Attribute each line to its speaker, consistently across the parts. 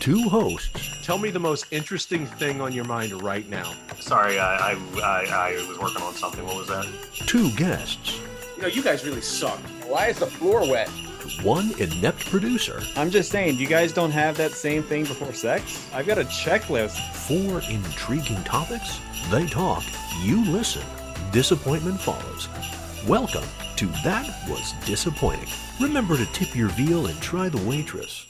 Speaker 1: two hosts.
Speaker 2: Tell me the most interesting thing on your mind right now.
Speaker 3: Sorry, I, I, I, I was working on something. What was that?
Speaker 1: two guests,
Speaker 4: You know, you guys really suck.
Speaker 5: Why is the floor wet?
Speaker 1: one inept producer,
Speaker 6: I'm just saying, you guys don't have that same thing before sex? I've got a checklist.
Speaker 1: four intriguing topics. They talk, you listen. Disappointment follows. Welcome to That Was Disappointing. Remember to tip your veal and try the waitress.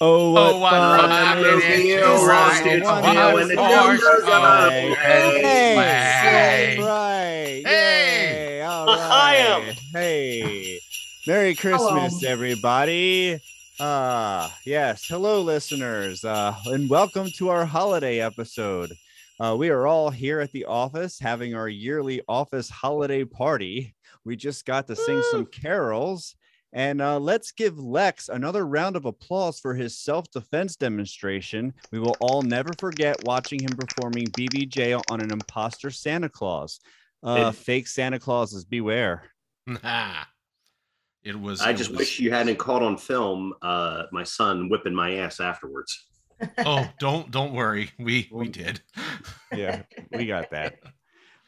Speaker 6: Oh, what
Speaker 7: Oh, what
Speaker 6: fun
Speaker 7: fun it
Speaker 6: it
Speaker 7: is
Speaker 6: is
Speaker 7: to
Speaker 6: to
Speaker 7: ride
Speaker 6: ride
Speaker 7: a
Speaker 6: one
Speaker 7: wild
Speaker 6: horse
Speaker 7: horse
Speaker 6: open
Speaker 7: open
Speaker 6: Hey,
Speaker 7: sleigh.
Speaker 6: sleigh ride.
Speaker 7: Hey.
Speaker 6: Yay, all right. Hey, Merry Christmas, everybody. Uh, yes, hello, listeners, uh, and welcome to our holiday episode. Uh, we are all here at the office having our yearly office holiday party. We just got to sing some carols. And uh, let's give Lex another round of applause for his self defense demonstration. We will all never forget watching him performing BBJ on an imposter Santa Claus. Uh,
Speaker 3: It-
Speaker 6: fake Santa Clauses, beware.
Speaker 7: Nah. It was.
Speaker 3: I
Speaker 7: it
Speaker 3: just
Speaker 7: was-
Speaker 3: wish you hadn't caught on film uh, my son whipping my ass afterwards.
Speaker 7: Oh, don't don't worry. We we did.
Speaker 6: Yeah, we got that.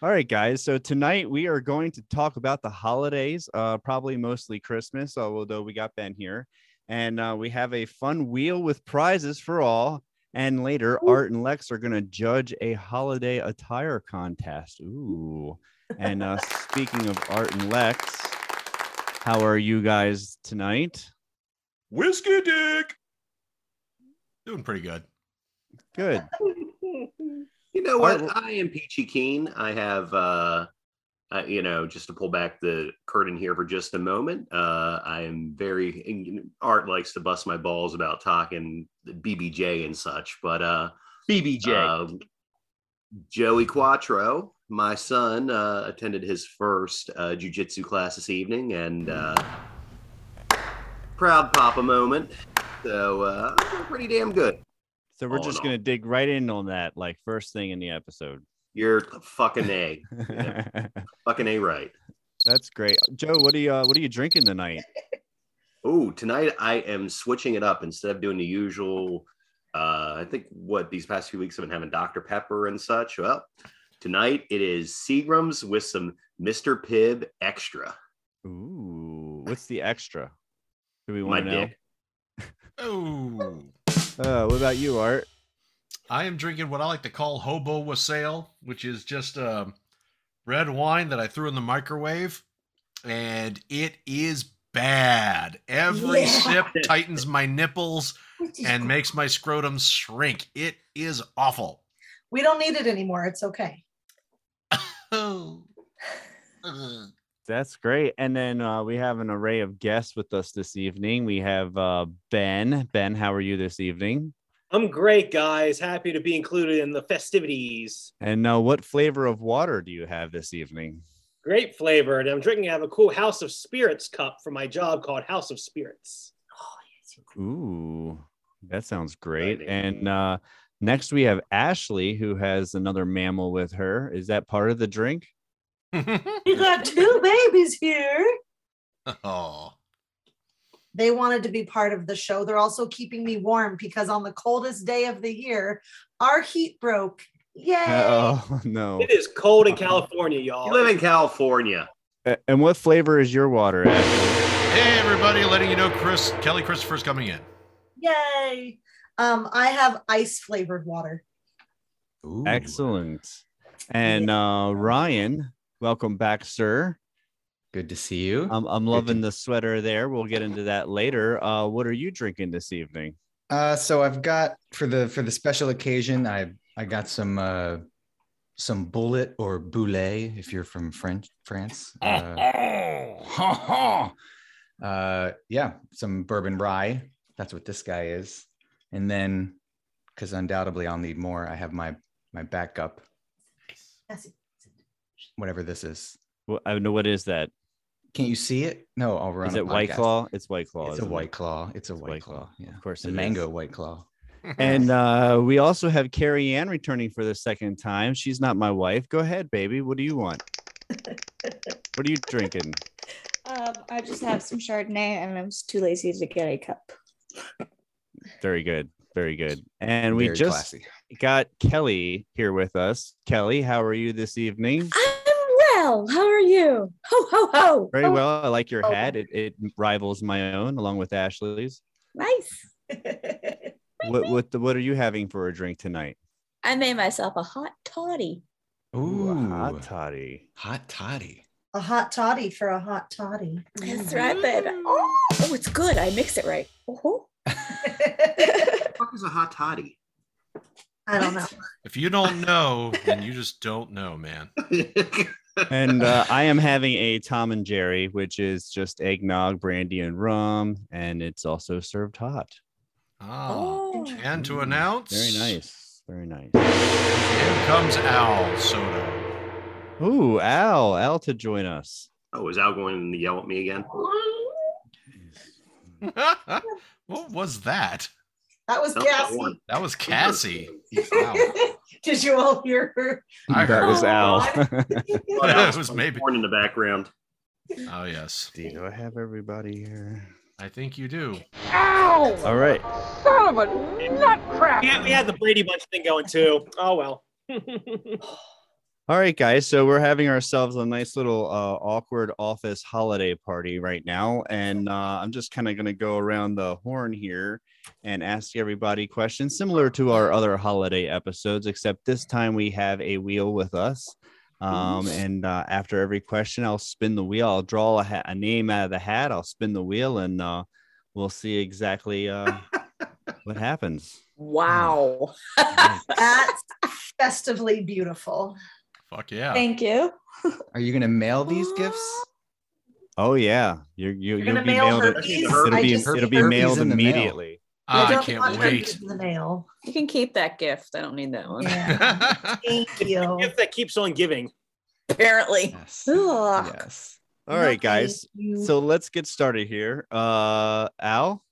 Speaker 6: All right, guys. So tonight we are going to talk about the holidays, uh, probably mostly Christmas, although we got Ben here. And uh, we have a fun wheel with prizes for all. And later, Art and Lex are going to judge a holiday attire contest. Ooh. And uh, speaking of Art and Lex, how are you guys tonight?
Speaker 2: Whiskey dick.
Speaker 7: Doing pretty good.
Speaker 6: Good.
Speaker 3: You know
Speaker 6: All right,
Speaker 3: what?
Speaker 6: well-
Speaker 3: I am peachy keen. I have, uh, uh, you know, just to pull back the curtain here for just a moment. Uh, I am very Art likes to bust my balls about talking BBJ and such, but uh,
Speaker 5: BBJ.
Speaker 3: um, Joey Quattro, my son, uh, attended his first uh, jujitsu class this evening, and uh, proud papa moment. So uh, I'm doing pretty damn good.
Speaker 6: So we're
Speaker 3: All in
Speaker 6: just
Speaker 3: all.
Speaker 6: going to dig right in on that, like first thing in the episode.
Speaker 3: You're fucking a, fucking a right.
Speaker 6: That's great, Joe. What are you uh, What are you drinking tonight?
Speaker 3: Oh, tonight I am switching it up instead of doing the usual. Uh, I think what these past few weeks I've been having Dr. Pepper and such. Well, tonight it is Seagram's with some Mr. Pibb extra.
Speaker 6: Ooh, what's the extra? Do we
Speaker 3: My
Speaker 6: want to know?
Speaker 3: dick.
Speaker 7: Oh,
Speaker 6: Uh, what about you, Art?
Speaker 7: I am drinking what I like to call hobo wassail, which is just um, red wine that I threw in the microwave, and it is bad. Every
Speaker 8: Yeah.
Speaker 7: sip tightens my nipples
Speaker 8: Which is
Speaker 7: and
Speaker 8: cool.
Speaker 7: makes my scrotum shrink. It is awful.
Speaker 8: we don't need it anymore. It's okay.
Speaker 7: Oh.
Speaker 6: That's great. And then uh, we have an array of guests with us this evening. We have uh, Ben. Ben, how are you this evening?
Speaker 4: I'm great, guys. Happy to be included in the festivities.
Speaker 6: And uh, what flavor of water do you have this evening?
Speaker 4: Great flavor, and I'm drinking out of a cool House of Spirits cup from my job called House of Spirits.
Speaker 8: Oh, yes, you-
Speaker 6: Ooh, that sounds great.
Speaker 3: Exciting.
Speaker 6: And uh, next we have Ashley, who has another mammal with her. Is that part of the drink?
Speaker 8: You got two babies here.
Speaker 7: oh.
Speaker 8: They wanted to be part of the show. They're also keeping me warm because on the coldest day of the year, our heat broke. Yay!
Speaker 6: Oh no.
Speaker 4: It is cold in California, y'all.
Speaker 3: You live in California.
Speaker 6: A- And what flavor is your water? Ash?
Speaker 7: Hey, everybody, letting you know Chris Kelly Christopher's coming in.
Speaker 8: Yay! Um, I have ice flavored water.
Speaker 1: Ooh.
Speaker 6: Excellent. And uh, Ryan, welcome back, sir.
Speaker 9: Good to see you.
Speaker 6: I'm, I'm loving the sweater there. We'll get into that later. Uh, what are you drinking this evening?
Speaker 9: uh, so I've got for the for the special occasion, I I got some uh, some bullet or boulet if you're from French France. Uh, uh, yeah, some bourbon rye. That's what this guy is. And then, because undoubtedly I'll need more, I have my my backup,
Speaker 8: Yes.
Speaker 9: whatever this is.
Speaker 6: Well, I don't know what is that.
Speaker 9: Can't you see it? No, I'll run.
Speaker 6: Is
Speaker 9: a
Speaker 6: it White
Speaker 9: podcast.
Speaker 6: Claw? It's White Claw.
Speaker 9: It's a
Speaker 6: isn't it?
Speaker 9: white claw. It's a
Speaker 6: It's
Speaker 9: white, claw. Yeah,
Speaker 6: Of course,
Speaker 9: it's a
Speaker 6: it is.
Speaker 9: mango white claw.
Speaker 6: And uh, we also have Carrie Ann returning for the second time. She's not my wife. Go ahead, baby. What do you want? What are you drinking?
Speaker 10: Um, I just have some Chardonnay and I'm just too lazy to get a cup.
Speaker 6: Very good. Very good. And we
Speaker 9: Very
Speaker 6: just
Speaker 9: classy.
Speaker 6: got Kelly here with us. Kelly, how are you this evening?
Speaker 10: I'm well. How are you? Ho, ho, ho.
Speaker 6: Very
Speaker 10: Oh,
Speaker 6: well. I like your
Speaker 10: Oh.
Speaker 6: hat. It, it rivals my own, along with Ashley's.
Speaker 10: Nice.
Speaker 6: What what the, what are you having for a drink tonight?
Speaker 10: I made myself a hot toddy.
Speaker 6: Ooh, a
Speaker 9: Ooh,
Speaker 6: hot toddy.
Speaker 9: hot toddy.
Speaker 8: A hot toddy for a hot toddy.
Speaker 10: That's right, baby.
Speaker 6: Mm.
Speaker 10: Oh, oh, it's good. I mixed it right. Oh,
Speaker 3: the fuck is a hot toddy?
Speaker 8: I don't know.
Speaker 7: If you don't know, then you just don't know, man.
Speaker 6: and uh, I am having a Tom and Jerry, which is just eggnog, brandy, and rum, and it's also served hot.
Speaker 7: Ah.
Speaker 10: oh.
Speaker 7: And to announce,
Speaker 6: Mm, Very nice. Very nice.
Speaker 7: In comes Al Soda.
Speaker 6: Ooh, Al, Al to join us.
Speaker 3: Oh, is Al going to yell at me again?
Speaker 7: what was that?
Speaker 8: That was
Speaker 3: Sounds like one.
Speaker 8: Cassie.
Speaker 7: That was Cassie. Wow.
Speaker 8: Did you all hear her?
Speaker 7: I
Speaker 6: that
Speaker 7: heard-
Speaker 6: was Al.
Speaker 3: Thought Al
Speaker 7: It Oh, was maybe-
Speaker 3: Born in the background.
Speaker 7: Oh yes,
Speaker 6: Do I have everybody here?
Speaker 7: I think you do.
Speaker 6: All right.
Speaker 4: Yeah, we had the Brady Bunch thing going too. Oh well.
Speaker 6: All right, guys. So we're having ourselves a nice little uh, awkward office holiday party right now, and uh, I'm just kind of going to go around the horn here and ask everybody questions similar to our other holiday episodes, except this time we have a wheel with us. Um, and uh, after every question, I'll spin the wheel. I'll draw a, ha- a name out of the hat. I'll spin the wheel, and uh, we'll see exactly uh, what happens.
Speaker 10: Wow.
Speaker 8: That's festively beautiful.
Speaker 7: Fuck yeah.
Speaker 10: Thank you.
Speaker 9: Are you gonna mail these gifts?
Speaker 6: Oh yeah, you're,
Speaker 8: You're
Speaker 6: you, you'll
Speaker 8: gonna
Speaker 6: be
Speaker 8: mail
Speaker 6: mailed.
Speaker 8: herpes.
Speaker 6: It'll
Speaker 8: I
Speaker 6: be
Speaker 8: just-
Speaker 6: it'll be
Speaker 9: herpes
Speaker 6: mailed
Speaker 9: in the mail.
Speaker 6: immediately.
Speaker 8: I
Speaker 7: Ah, I
Speaker 8: don't want
Speaker 7: can't
Speaker 8: her
Speaker 7: wait.
Speaker 8: in the mail.
Speaker 10: You can keep that gift. I don't need that one.
Speaker 8: Yeah. Thank you.
Speaker 4: Gift that keeps on giving.
Speaker 10: Apparently.
Speaker 9: Yes.
Speaker 10: Ugh.
Speaker 9: Yes.
Speaker 6: All right,
Speaker 8: Thank
Speaker 6: guys.
Speaker 8: you.
Speaker 6: So let's get started here. Uh, Al,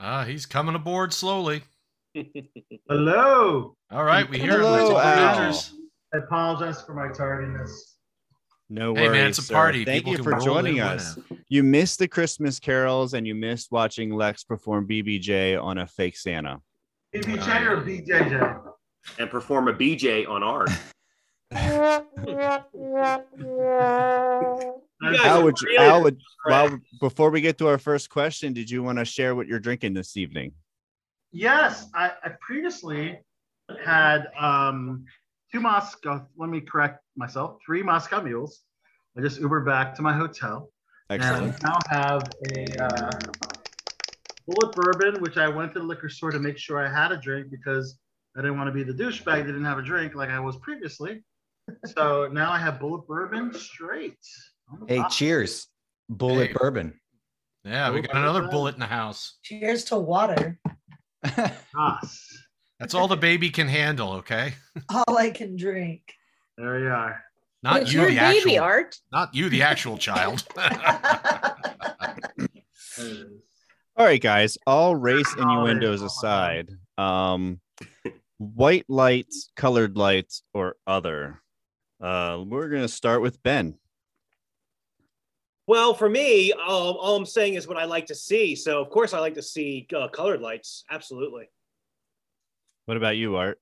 Speaker 7: Ah, he's coming aboard slowly.
Speaker 11: Hello.
Speaker 7: All right, we hear
Speaker 6: Hello,
Speaker 7: him. That's all that
Speaker 6: Al.
Speaker 7: matters.
Speaker 11: I apologize for my tardiness.
Speaker 6: no
Speaker 7: Hey
Speaker 6: worries.
Speaker 7: man, it's a
Speaker 6: sir.
Speaker 7: party.
Speaker 6: Thank
Speaker 7: People
Speaker 6: you
Speaker 7: can
Speaker 6: for
Speaker 7: roll
Speaker 6: joining
Speaker 7: in
Speaker 6: us.
Speaker 7: whenever.
Speaker 6: You missed the Christmas carols and you missed watching Lex perform BBJ on a fake Santa.
Speaker 7: Uh,
Speaker 11: BBJ or BJJ?
Speaker 3: And perform a BJ on ours.
Speaker 4: You guys
Speaker 6: Al,
Speaker 4: are
Speaker 6: would, you-
Speaker 4: really
Speaker 6: Al would,
Speaker 4: crap.
Speaker 6: well, before we get to our first question, did you want to share what you're drinking this evening?
Speaker 11: Yes, I, I previously had um, two Moscow, let me correct myself, three Moscow mules. I just Ubered back to my hotel.
Speaker 6: Excellent.
Speaker 11: And I now have a uh, bullet bourbon, which I went to the liquor store to make sure I had a drink because I didn't want to be the douchebag that didn't have a drink like I was previously. So now I have bullet bourbon straight.
Speaker 9: Hey, cheers. Bullet
Speaker 7: Hey.
Speaker 9: bourbon.
Speaker 7: Yeah, we
Speaker 11: Roll
Speaker 7: got another
Speaker 11: back.
Speaker 7: bullet in the house.
Speaker 8: Cheers to water.
Speaker 11: Cheers.
Speaker 7: That's all the baby can handle. Okay,
Speaker 8: All I can drink.
Speaker 11: There we are.
Speaker 7: not
Speaker 10: it's
Speaker 7: you,
Speaker 10: your
Speaker 7: the
Speaker 10: baby,
Speaker 7: actual,
Speaker 10: Art.
Speaker 7: not you, the actual child.
Speaker 11: There it is.
Speaker 6: All right, guys. All race
Speaker 11: Holiday
Speaker 6: innuendos
Speaker 11: holiday.
Speaker 6: aside, um, white lights, colored lights, or other. Uh, we're gonna start with Ben.
Speaker 4: Well, for me, um, all I'm saying is what I like to see. So of course, I like to see uh, colored lights. Absolutely.
Speaker 6: What about you, Art?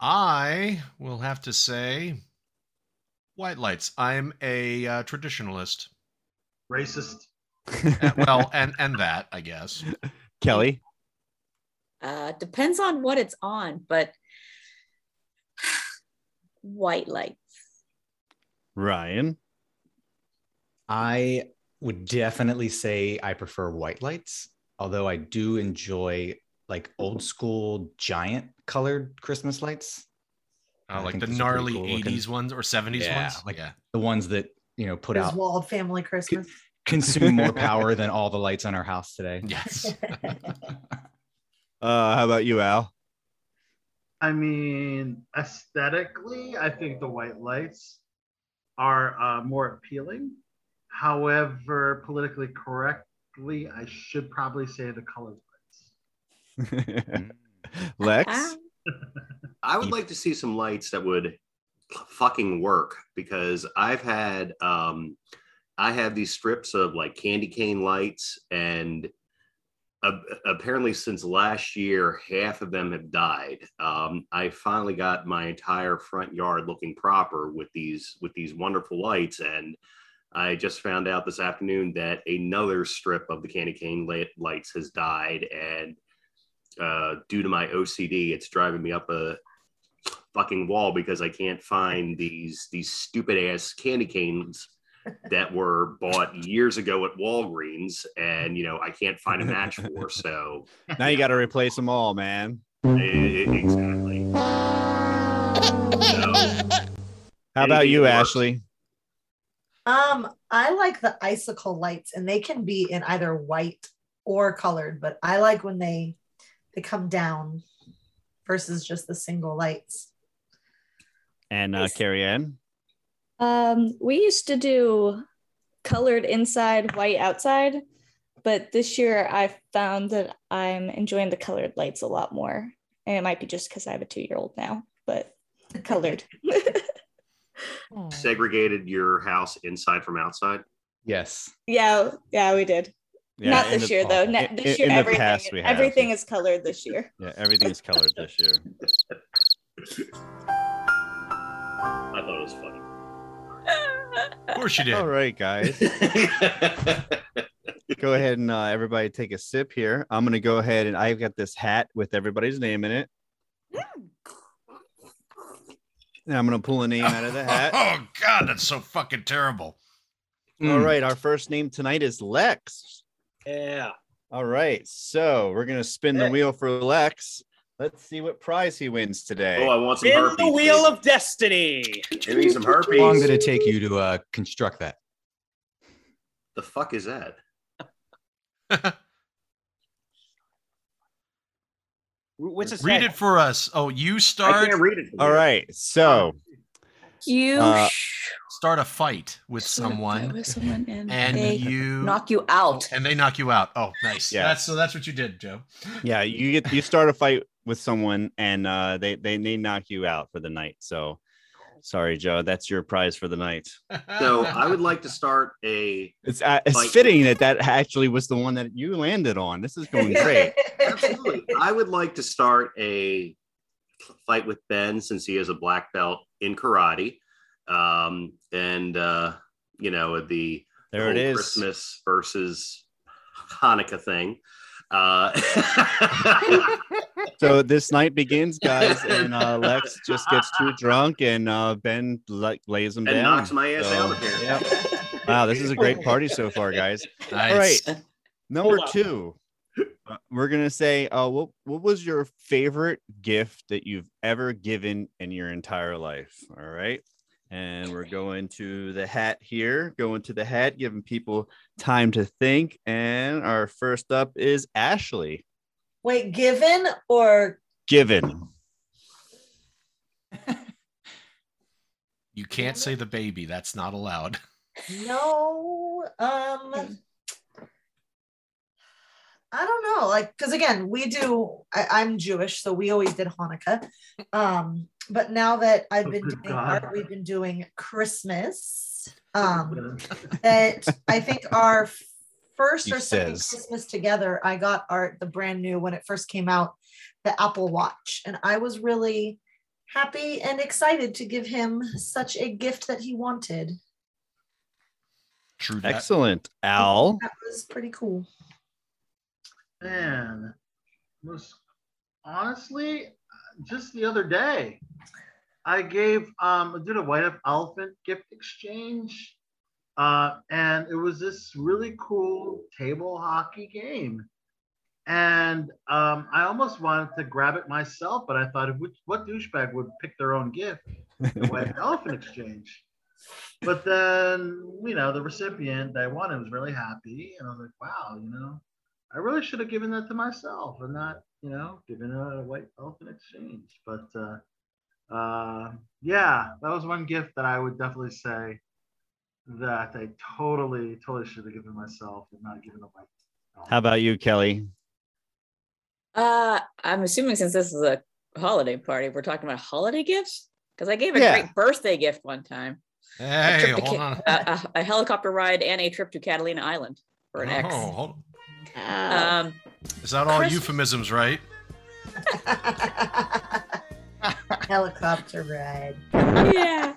Speaker 7: I will have to say, white lights. I'm a uh, traditionalist.
Speaker 11: Racist.
Speaker 7: Uh, well, and and that I guess.
Speaker 6: Kelly.
Speaker 10: Uh, depends on what it's on, but white light.
Speaker 6: Ryan.
Speaker 9: I would definitely say I prefer white lights, although I do enjoy like old school giant colored Christmas lights,
Speaker 7: Uh,
Speaker 9: I
Speaker 7: like
Speaker 9: think
Speaker 7: the
Speaker 9: those are
Speaker 7: gnarly
Speaker 9: pretty cool looking.
Speaker 7: 80s ones or 70s
Speaker 9: Yeah,
Speaker 7: ones.
Speaker 9: like-
Speaker 7: yeah.
Speaker 9: the ones that you know put out
Speaker 8: Griswold family Christmas.
Speaker 9: consume more power than all the lights on our house today.
Speaker 7: Yes.
Speaker 6: Uh, how about you, Al?
Speaker 11: I mean, aesthetically, I think the white lights are uh, more appealing. However, politically correctly, I should probably say the color.
Speaker 6: Lex?
Speaker 3: I would like to see some lights that would fucking work because I've had um I have these strips of like candy cane lights and a- apparently since last year half of them have died. Um I finally got my entire front yard looking proper with these with these wonderful lights and I just found out this afternoon that another strip of the candy cane li- lights has died and uh, due to my OCD, it's driving me up a fucking wall because I can't find these these stupid ass candy canes that were bought years ago at Walgreens, and you know I can't find a match for. So
Speaker 6: now you got to replace them all, man.
Speaker 3: Exactly.
Speaker 6: How about you, Ashley?
Speaker 8: Um, I like the icicle lights, and they can be in either white or colored, but I like when they they come down versus just the single lights.
Speaker 6: And uh, Carrie Ann?
Speaker 10: Um, we used to do colored inside, white outside, but this year I found that I'm enjoying the colored lights a lot more. And it might be just because I have a two year old now, but colored.
Speaker 3: Segregated your house inside from outside.
Speaker 9: Yes.
Speaker 10: yeah, yeah, we did.
Speaker 6: Yeah,
Speaker 10: Not
Speaker 6: in
Speaker 10: this
Speaker 6: the-
Speaker 10: year though.
Speaker 6: in-
Speaker 10: Not this
Speaker 6: in
Speaker 10: year,
Speaker 6: the
Speaker 10: everything,
Speaker 6: past we have,
Speaker 10: everything is colored this year.
Speaker 6: Yeah, everything's colored this year.
Speaker 3: I thought it was funny.
Speaker 7: Of course you did.
Speaker 6: All right, guys. go ahead and uh, everybody take a sip here. I'm going to go ahead and I've got this hat with everybody's name in it. And I'm going to pull a name out of the hat.
Speaker 7: Oh God, that's so fucking terrible.
Speaker 6: All right, our first name tonight is Lex.
Speaker 4: Yeah.
Speaker 6: All right, so we're gonna spin the wheel for Lex. Let's see what prize he wins today.
Speaker 3: Oh, I want
Speaker 4: In the wheel of destiny.
Speaker 3: Give me some herpes.
Speaker 9: How long did it take you to uh, construct that?
Speaker 3: The fuck is that?
Speaker 4: What's it
Speaker 7: Read
Speaker 4: say?
Speaker 7: it for us. Oh, you start.
Speaker 4: can't read it.
Speaker 6: All right, so
Speaker 10: You
Speaker 6: uh,
Speaker 7: start a fight with someone,
Speaker 10: someone and,
Speaker 7: and
Speaker 10: they
Speaker 7: you
Speaker 10: knock you out.
Speaker 7: and they knock you out. Oh, nice.
Speaker 6: Yeah.
Speaker 7: That's so. That's what you did, Joe.
Speaker 6: yeah, you get you start a fight with someone, and uh, they they they knock you out for the night. So, sorry, Joe, that's your prize for the night.
Speaker 3: So I would like to start a
Speaker 6: It's uh, it's
Speaker 3: Like-
Speaker 6: fitting that that actually was the one that you landed on. This is going great.
Speaker 3: Absolutely. I would like to start a fight with Ben since he is a black belt in karate. Um, and, uh, you know, the
Speaker 6: There
Speaker 3: whole
Speaker 6: it is.
Speaker 3: Christmas versus Hanukkah thing. Uh,
Speaker 6: so this night begins, guys, and uh, Lex just gets too drunk, and uh, Ben like lays him
Speaker 3: And
Speaker 6: down.
Speaker 3: knocks my ass
Speaker 6: So,
Speaker 3: out of here.
Speaker 6: yep. Wow, this is a great party so far, guys. All right, number
Speaker 3: Hold on.
Speaker 6: two. uh, We're gonna say, uh, what what was your favorite gift that you've ever given in your entire life? All right, and we're going to the hat here. Going to the hat, giving people time to think. And our first up is Ashley.
Speaker 8: Wait, given or
Speaker 6: Given.
Speaker 7: You can't say the baby. That's not allowed.
Speaker 8: no? Um, I don't know. Like, because again, we do. I, I'm Jewish, so we always did Hanukkah. Um, but now that I've been doing
Speaker 11: God.
Speaker 8: art, we've been doing Christmas. Um, that I think our first
Speaker 9: He
Speaker 8: or second
Speaker 9: says.
Speaker 8: Christmas together, I got art the brand new when it first came out, the Apple Watch, and I was really happy and excited to give him such a gift that he wanted.
Speaker 7: True.
Speaker 6: Excellent, Al.
Speaker 8: That was pretty cool.
Speaker 11: Man, most honestly, just the other day, I gave um, I did a white elephant gift exchange, uh, and it was this really cool table hockey game, and um, I almost wanted to grab it myself, but I thought, which, what douchebag would pick their own gift? The white elephant exchange. But then, you know, the recipient that I wanted was really happy, and I was like, wow, you know. I really should have given that to myself and not, you know, given a white elephant exchange. But uh, uh, yeah, that was one gift that I would definitely say that I totally, totally should have given myself and not given up my
Speaker 6: How about you, Kelly?
Speaker 12: Uh, I'm assuming since this is a holiday party, we're talking about holiday gifts because I gave a
Speaker 6: Yeah.
Speaker 12: great birthday gift one time. A
Speaker 7: Hey,
Speaker 12: trip to
Speaker 7: hold
Speaker 12: Ca-
Speaker 7: on.
Speaker 12: A, a- a helicopter ride and a trip to Catalina Island for an ex.
Speaker 7: Oh, hold
Speaker 12: Um,
Speaker 7: Is that all
Speaker 12: Chris-
Speaker 7: euphemisms, right?
Speaker 8: Helicopter ride.
Speaker 12: yeah.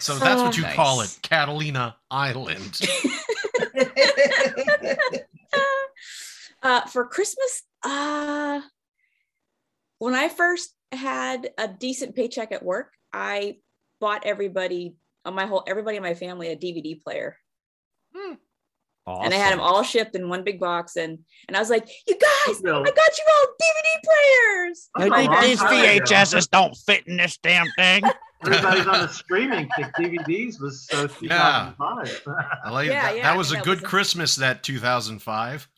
Speaker 7: So that's what
Speaker 12: Oh,
Speaker 7: you
Speaker 12: nice.
Speaker 7: call it, Catalina Island.
Speaker 12: uh, for Christmas, uh, when I first had a decent paycheck at work, I bought everybody on my whole everybody in my family a DVD player. And I had them all shipped in one big box, and and I was like, "You guys, I got you all DVD players." My dad-
Speaker 13: These VHSs don't fit in this damn thing.
Speaker 11: Everybody's on the streaming kick. DVDs was so
Speaker 7: Yeah.
Speaker 11: 2005.
Speaker 7: I like
Speaker 11: Yeah,
Speaker 7: that.
Speaker 11: yeah,
Speaker 7: that
Speaker 11: I
Speaker 7: was a
Speaker 11: think that
Speaker 7: good
Speaker 11: was a-
Speaker 7: Christmas, that 2005.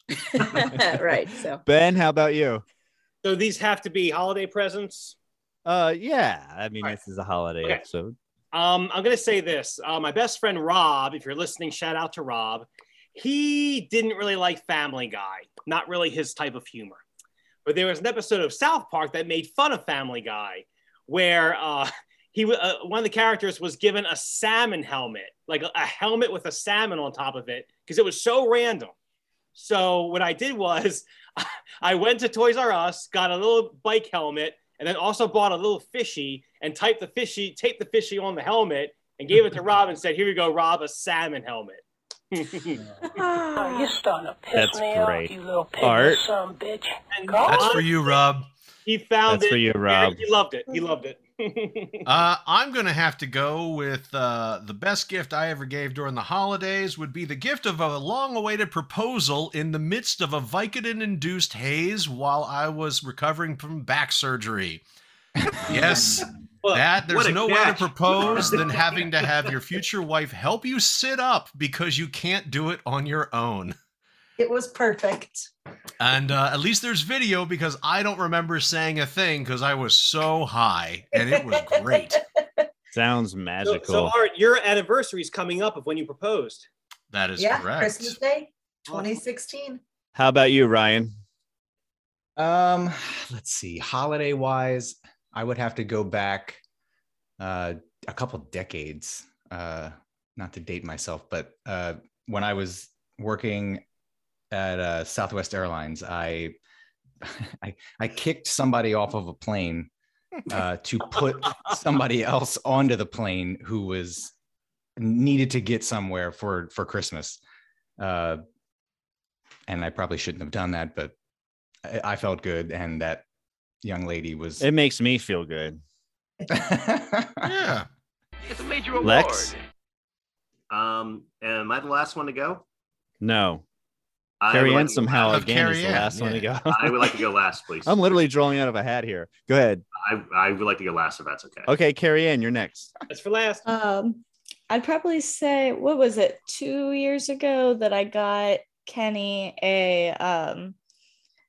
Speaker 12: right. So
Speaker 6: Ben, how about you?
Speaker 4: So these have to be holiday presents.
Speaker 6: Uh, yeah. I mean, this is a holiday
Speaker 4: Okay.
Speaker 6: episode.
Speaker 4: Um, I'm gonna say this. Uh, my best friend Rob, if you're listening, shout out to Rob. He didn't really like Family Guy. Not really his type of humor. But there was an episode of South Park that made fun of Family Guy, where uh, he w- uh, one of the characters was given a salmon helmet, like a, a helmet with a salmon on top of it, because it was so random. So what I did was I went to Toys R Us, got a little bike helmet, and then also bought a little fishy and typed the fishy, taped the fishy on the helmet, and gave it to Rob and said, "Here you go, Rob, a salmon helmet."
Speaker 13: Oh, you're starting to piss
Speaker 4: That's
Speaker 13: me
Speaker 4: great.
Speaker 13: off, you little pig
Speaker 4: Art.
Speaker 13: son of a bitch.
Speaker 7: That's for you, Rob.
Speaker 4: He found
Speaker 7: That's
Speaker 4: it.
Speaker 7: for you,
Speaker 4: and
Speaker 7: Rob.
Speaker 4: He loved it. He loved it.
Speaker 7: Uh, I'm going to have to go with uh, the best gift I ever gave during the holidays would be the gift of a long awaited proposal in the midst of a Vicodin induced haze while I was recovering from back surgery. Yes. that there's
Speaker 2: what a
Speaker 7: no way to
Speaker 2: catch.
Speaker 7: propose than having to have your future wife help you sit up because you can't do it on your own.
Speaker 8: It was perfect.
Speaker 7: And uh, at least there's video because I don't remember saying a thing because I was so high and it was great.
Speaker 6: Sounds
Speaker 4: so,
Speaker 6: magical.
Speaker 4: so Art, your anniversary is coming up of when you proposed.
Speaker 7: That
Speaker 8: yeah, Christmas Day, 2016.
Speaker 6: How about you, Ryan?
Speaker 9: Um, let's see. Holiday wise, I would have to go back uh, a couple decades. Uh, not to date myself, but uh, when I was working at uh, Southwest Airlines, I, I I kicked somebody off of a plane uh, to put somebody else onto the plane who was needed to get somewhere for for Christmas. Uh, and I probably shouldn't have done that, but I, I felt good, and that young lady was.
Speaker 6: It makes me feel good.
Speaker 7: yeah.
Speaker 3: It's a major
Speaker 6: Lex?
Speaker 3: Um, am I the last one to go?
Speaker 6: No.
Speaker 3: I
Speaker 6: Carrie
Speaker 3: would
Speaker 6: Ann
Speaker 3: like-
Speaker 6: somehow again is the last one to go.
Speaker 3: I would like to go last, please.
Speaker 6: I'm literally drawing out of a hat here. Go ahead.
Speaker 3: I, I would like to go last if that's okay.
Speaker 6: Okay, Carrie Ann, you're next.
Speaker 4: That's for last.
Speaker 10: Um, I'd probably say what was it two years ago that I got Kenny a um,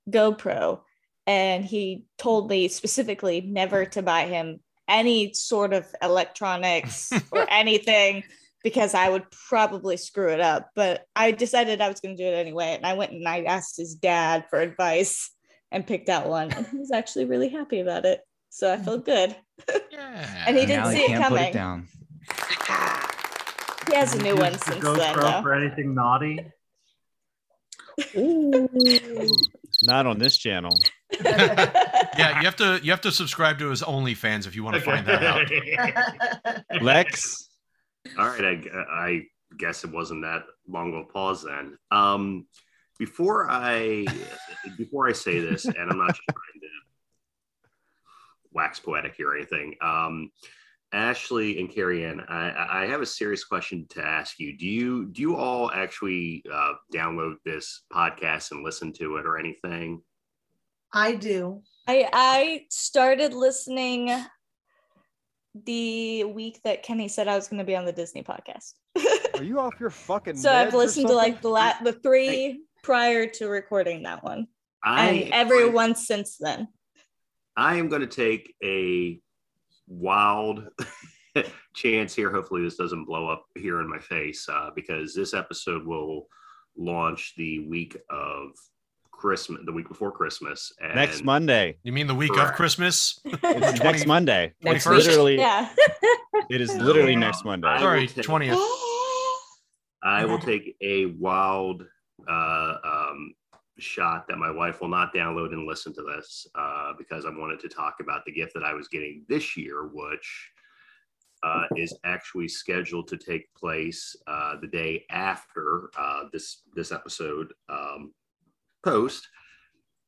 Speaker 10: GoPro, and he told me specifically never to buy him any sort of electronics or anything because I would probably screw it up. But I decided I was going to do it anyway, and I went and I asked his dad for advice and picked out one, and he was actually really happy about it. So I felt good. And he didn't
Speaker 9: now
Speaker 10: see
Speaker 9: you
Speaker 10: it
Speaker 9: can't
Speaker 10: coming.
Speaker 9: Put it down.
Speaker 10: He has a new
Speaker 11: Use
Speaker 10: one
Speaker 11: the
Speaker 10: since
Speaker 11: GoPro
Speaker 10: then, though.
Speaker 11: for anything naughty.
Speaker 6: Not on this channel.
Speaker 7: Yeah, you have to you have to subscribe to his OnlyFans if you want to find that out.
Speaker 6: Lex.
Speaker 3: All right, I, gu- I guess it wasn't that long of a pause then. Um, before I before I say this, and I'm not trying to wax poetic here or anything. Um, Ashley and Carrie Ann, I, I have a serious question to ask you. Do you do you all actually uh, download this podcast and listen to it or anything?
Speaker 8: I do.
Speaker 10: I I started listening the week that Kenny said I was going to be on the Disney podcast.
Speaker 14: Are you off your fucking?
Speaker 10: So I've
Speaker 14: meds or
Speaker 10: listened to like
Speaker 14: something?
Speaker 10: the la- the three prior to recording that one,
Speaker 3: I
Speaker 10: and every one since then.
Speaker 3: I am going to take a wild chance here. Hopefully, this doesn't blow up here in my face uh, because this episode will launch the week of Christmas, the week before Christmas. And
Speaker 6: Next Monday.
Speaker 7: You mean the week of
Speaker 3: Correct.
Speaker 7: Christmas?
Speaker 6: It's next Monday. It's
Speaker 7: Next week.
Speaker 6: literally
Speaker 10: Yeah.
Speaker 6: it is literally next Monday.
Speaker 3: I will
Speaker 7: Sorry,
Speaker 3: take-
Speaker 7: 20th.
Speaker 3: I will take a wild uh, um, shot that my wife will not download and listen to this uh, because I wanted to talk about the gift that I was getting this year, which uh, is actually scheduled to take place uh, the day after uh, this this episode um, post,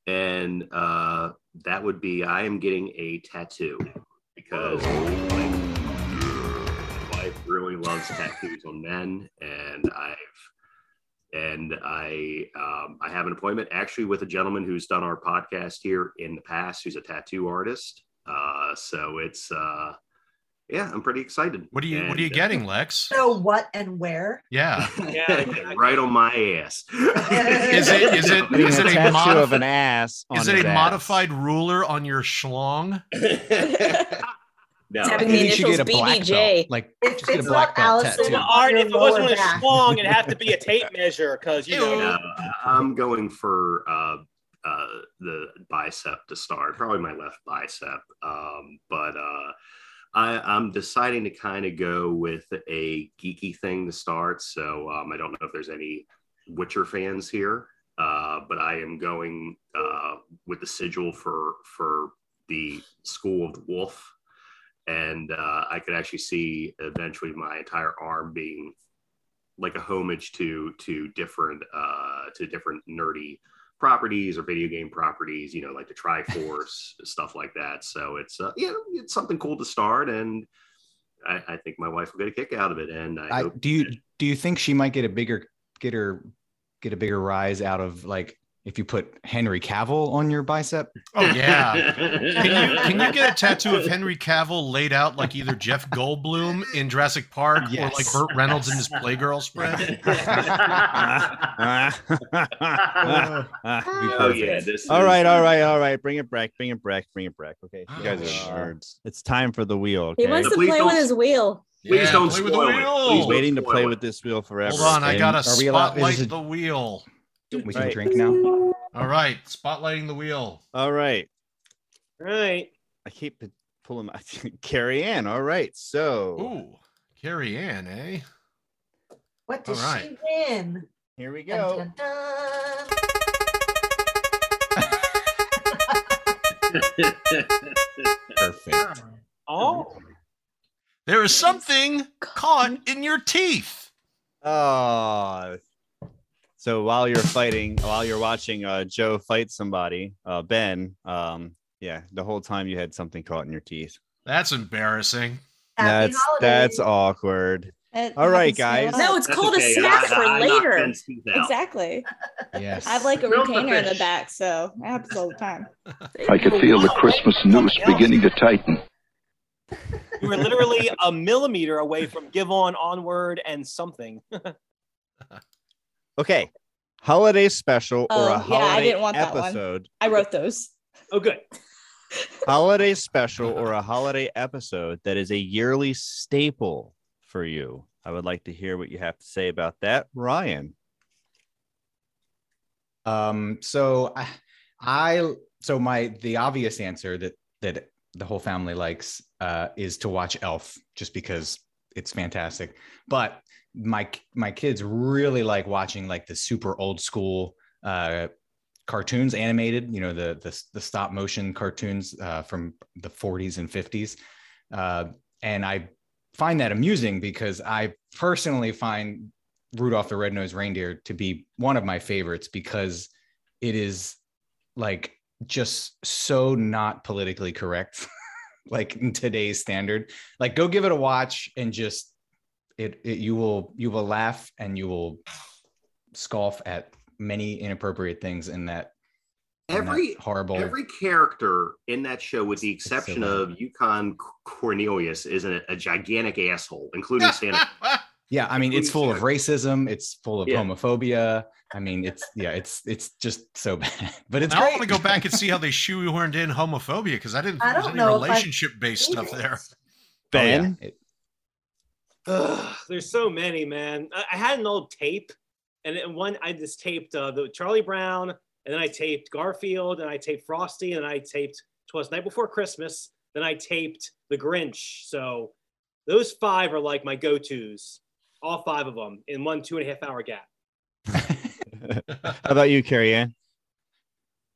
Speaker 3: and uh, that would be I am getting a tattoo because my wife really loves tattoos on men, and I've and I um, I have an appointment actually with a gentleman who's done our podcast here in the past, who's a tattoo artist. Uh, so it's uh, yeah, I'm pretty excited.
Speaker 7: What are you What are you
Speaker 3: And- uh,
Speaker 7: getting, Lex?
Speaker 8: know what and where.
Speaker 7: Yeah.
Speaker 3: right on my ass.
Speaker 7: Is it is it
Speaker 6: Getting
Speaker 7: is
Speaker 6: a
Speaker 7: it a
Speaker 6: tattoo
Speaker 7: modified
Speaker 6: of an ass? On
Speaker 7: Is it
Speaker 6: his
Speaker 7: a
Speaker 6: ass.
Speaker 7: modified ruler on your schlong?
Speaker 3: no.
Speaker 12: It's having the initials BBJ.
Speaker 9: Like
Speaker 8: If
Speaker 9: get a
Speaker 8: it's
Speaker 9: black
Speaker 8: not
Speaker 9: belt
Speaker 8: Allison,
Speaker 9: tattoo.
Speaker 4: Art, if it wasn't a
Speaker 8: back.
Speaker 4: schlong, it'd have to be a tape measure because you know.
Speaker 3: No, um, I'm going for uh, uh, the bicep to start, probably my left bicep. Um, but uh, I, I'm deciding to kind of go with a geeky thing to start. So um, I don't know if there's any Witcher fans here, uh, but I am going uh, with the sigil for for the School of the Wolf. And uh, I could actually see eventually my entire arm being like a homage to to different uh to different nerdy properties or video game properties you know like the triforce stuff like that so it's uh yeah it's something cool to start and i, I think my wife will get a kick out of it and i,
Speaker 9: I,
Speaker 3: hope
Speaker 9: do you do you think she might get a bigger get her get a bigger rise out of like if you put Henry Cavill on your bicep?
Speaker 7: Oh yeah. Can you can you get a tattoo of Henry Cavill laid out like either Jeff Goldblum in Jurassic Park or like
Speaker 9: Yes.
Speaker 7: Burt Reynolds in his Playgirl spread?
Speaker 3: oh yeah this
Speaker 6: All
Speaker 3: is-
Speaker 6: right, all right, all right. Bring it back, bring it back, bring it back. Okay, you guys
Speaker 3: Oh.
Speaker 6: are nerds. It's time for the wheel.
Speaker 12: He
Speaker 6: Okay?
Speaker 12: wants to
Speaker 3: Please
Speaker 12: play
Speaker 3: don't-
Speaker 12: with his wheel.
Speaker 3: please
Speaker 7: Yeah,
Speaker 3: don't
Speaker 7: play
Speaker 3: spoil
Speaker 7: with the
Speaker 3: it.
Speaker 7: wheel.
Speaker 3: Please
Speaker 6: He's waiting to
Speaker 3: don't
Speaker 6: play
Speaker 3: spoil
Speaker 6: with this wheel forever.
Speaker 7: Hold on, I
Speaker 6: okay?
Speaker 7: gotta
Speaker 9: Are we allowed- is
Speaker 7: spotlight
Speaker 9: it-
Speaker 7: the wheel.
Speaker 9: We can
Speaker 6: Right.
Speaker 9: drink now.
Speaker 7: All right, spotlighting the wheel.
Speaker 6: All right.
Speaker 4: Right.
Speaker 6: I keep p- pulling my Carrie Ann. All right. So
Speaker 7: Ooh, Carrie Ann, eh?
Speaker 8: What does
Speaker 7: All right.
Speaker 8: she win?
Speaker 6: here we
Speaker 8: Dun,
Speaker 6: go.
Speaker 8: dun, dun.
Speaker 9: Perfect.
Speaker 4: Oh,
Speaker 7: There is something caught in your teeth.
Speaker 6: Oh. So while you're fighting, while you're watching uh, Joe fight somebody, uh, Ben, um, yeah, the whole time you had something caught in your teeth.
Speaker 7: That's embarrassing.
Speaker 8: Happy
Speaker 6: that's
Speaker 8: holidays.
Speaker 6: that's awkward. All right, guys.
Speaker 12: No, it's
Speaker 3: That's
Speaker 12: called
Speaker 3: okay.
Speaker 12: a snack
Speaker 3: I-
Speaker 12: for
Speaker 3: I knocked
Speaker 12: later.
Speaker 3: Ben's teeth out.
Speaker 10: Exactly.
Speaker 9: Yes.
Speaker 10: I have like a
Speaker 11: Smell the
Speaker 10: retainer in the
Speaker 11: fish.
Speaker 10: back, so it happens all the time.
Speaker 15: I could feel the Christmas noose beginning to tighten.
Speaker 4: we were literally a millimeter away from give on, onward, and something.
Speaker 6: Okay. Holiday special
Speaker 10: Oh,
Speaker 6: or
Speaker 10: yeah,
Speaker 6: a
Speaker 10: I
Speaker 6: holiday
Speaker 10: didn't want that one.
Speaker 6: episode.
Speaker 10: I wrote those.
Speaker 4: Oh, good.
Speaker 6: holiday special or a holiday episode that is a yearly staple for you. I would like to hear what you have to say about that, Ryan.
Speaker 9: Um, so I, I so my the obvious answer that that the whole family likes uh, is to watch Elf just because it's fantastic. But my my kids really like watching like the super old school uh, cartoons animated, you know, the the, the stop motion cartoons uh, from the 40s and 50s. Uh, and I find that amusing because I personally find Rudolph the Red-Nosed Reindeer to be one of my favorites because it is like just so not politically correct like in today's standard. Like go give it a watch and just it, it you will you will laugh and you will scoff at many inappropriate things in that in that
Speaker 3: Every-
Speaker 9: horrible
Speaker 3: Every character in that show, with the exception
Speaker 9: so
Speaker 3: of Yukon Cornelius, is a, a gigantic asshole, including Santa.
Speaker 9: Yeah, I mean, it's
Speaker 3: Please
Speaker 9: full of
Speaker 3: do.
Speaker 9: racism. It's full of
Speaker 3: Yeah.
Speaker 9: homophobia. I mean, it's yeah, it's it's just so bad. But it's
Speaker 7: Now I
Speaker 9: great.
Speaker 7: want to go back and see how they shoehorned in homophobia because I didn't
Speaker 8: I
Speaker 7: think there was
Speaker 8: don't
Speaker 7: any
Speaker 8: know if I've
Speaker 7: relationship based stuff there.
Speaker 9: Oh, yeah.
Speaker 6: Ben,
Speaker 9: It-
Speaker 4: Ugh, there's so many, man. I, I had an old tape, and it, one I just taped uh, the Charlie Brown, and then I taped Garfield, and I taped Frosty, and I taped Twas Night Before Christmas. Then I taped The Grinch. So those five are like my go-tos. All five of them in one two and a half hour gap.
Speaker 6: How about you, Carrie Ann?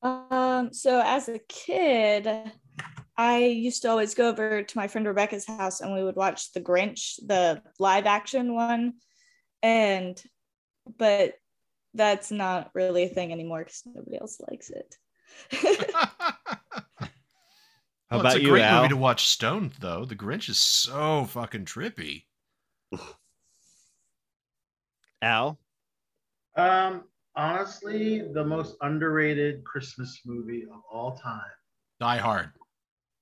Speaker 10: Um, so as a kid, I used to always go over to my friend Rebecca's house and we would watch The Grinch, the live action one. And but that's not really a thing anymore because nobody else likes it.
Speaker 6: How
Speaker 7: Well, it's
Speaker 6: about
Speaker 7: a
Speaker 6: you,
Speaker 7: great
Speaker 6: Al?
Speaker 7: movie to watch stoned though. The Grinch is so fucking trippy.
Speaker 6: Al?
Speaker 11: Um, honestly, the most underrated Christmas movie of all time.
Speaker 7: Die Hard.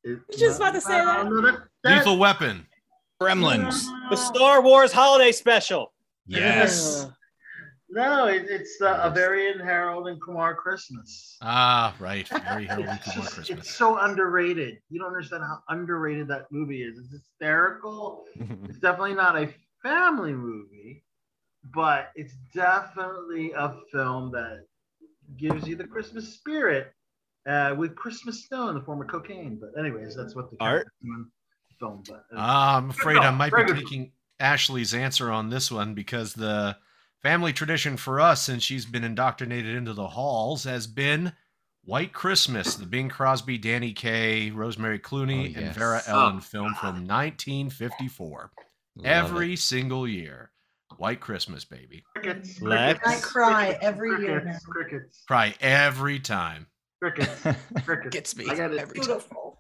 Speaker 10: was just about to say that.
Speaker 7: Lethal Weapon.
Speaker 9: Gremlins.
Speaker 4: The Star Wars Holiday Special.
Speaker 9: Yes.
Speaker 11: No, it, it's the Avarian Harold and Kumar Christmas.
Speaker 7: Ah, right. Very Harold and Kumar Christmas.
Speaker 11: It's so underrated. You don't understand how underrated that movie is. It's hysterical. It's definitely not a family movie, but it's definitely a film that gives you the Christmas spirit uh, with Christmas snow in the form of cocaine. But anyways, that's what the
Speaker 7: Art?
Speaker 11: film. But uh,
Speaker 7: Ah, I'm afraid I
Speaker 11: Good
Speaker 7: might
Speaker 11: film.
Speaker 7: be
Speaker 11: Very good
Speaker 7: taking Ashley's answer on this one because the family tradition for us, since she's been indoctrinated into the halls, has been White Christmas, the Bing Crosby, Danny Kaye, Rosemary Clooney,
Speaker 9: Oh,
Speaker 7: and
Speaker 9: yes.
Speaker 7: Vera
Speaker 9: Oh,
Speaker 7: Ellen film from 1954. Every single year, White Christmas, baby.
Speaker 11: Crickets.
Speaker 7: Lex.
Speaker 8: I cry every year now.
Speaker 11: Crickets, crickets,
Speaker 7: Cry every time.
Speaker 11: crickets, crickets.
Speaker 9: Gets me
Speaker 3: I got it.
Speaker 9: every time.
Speaker 8: Beautiful.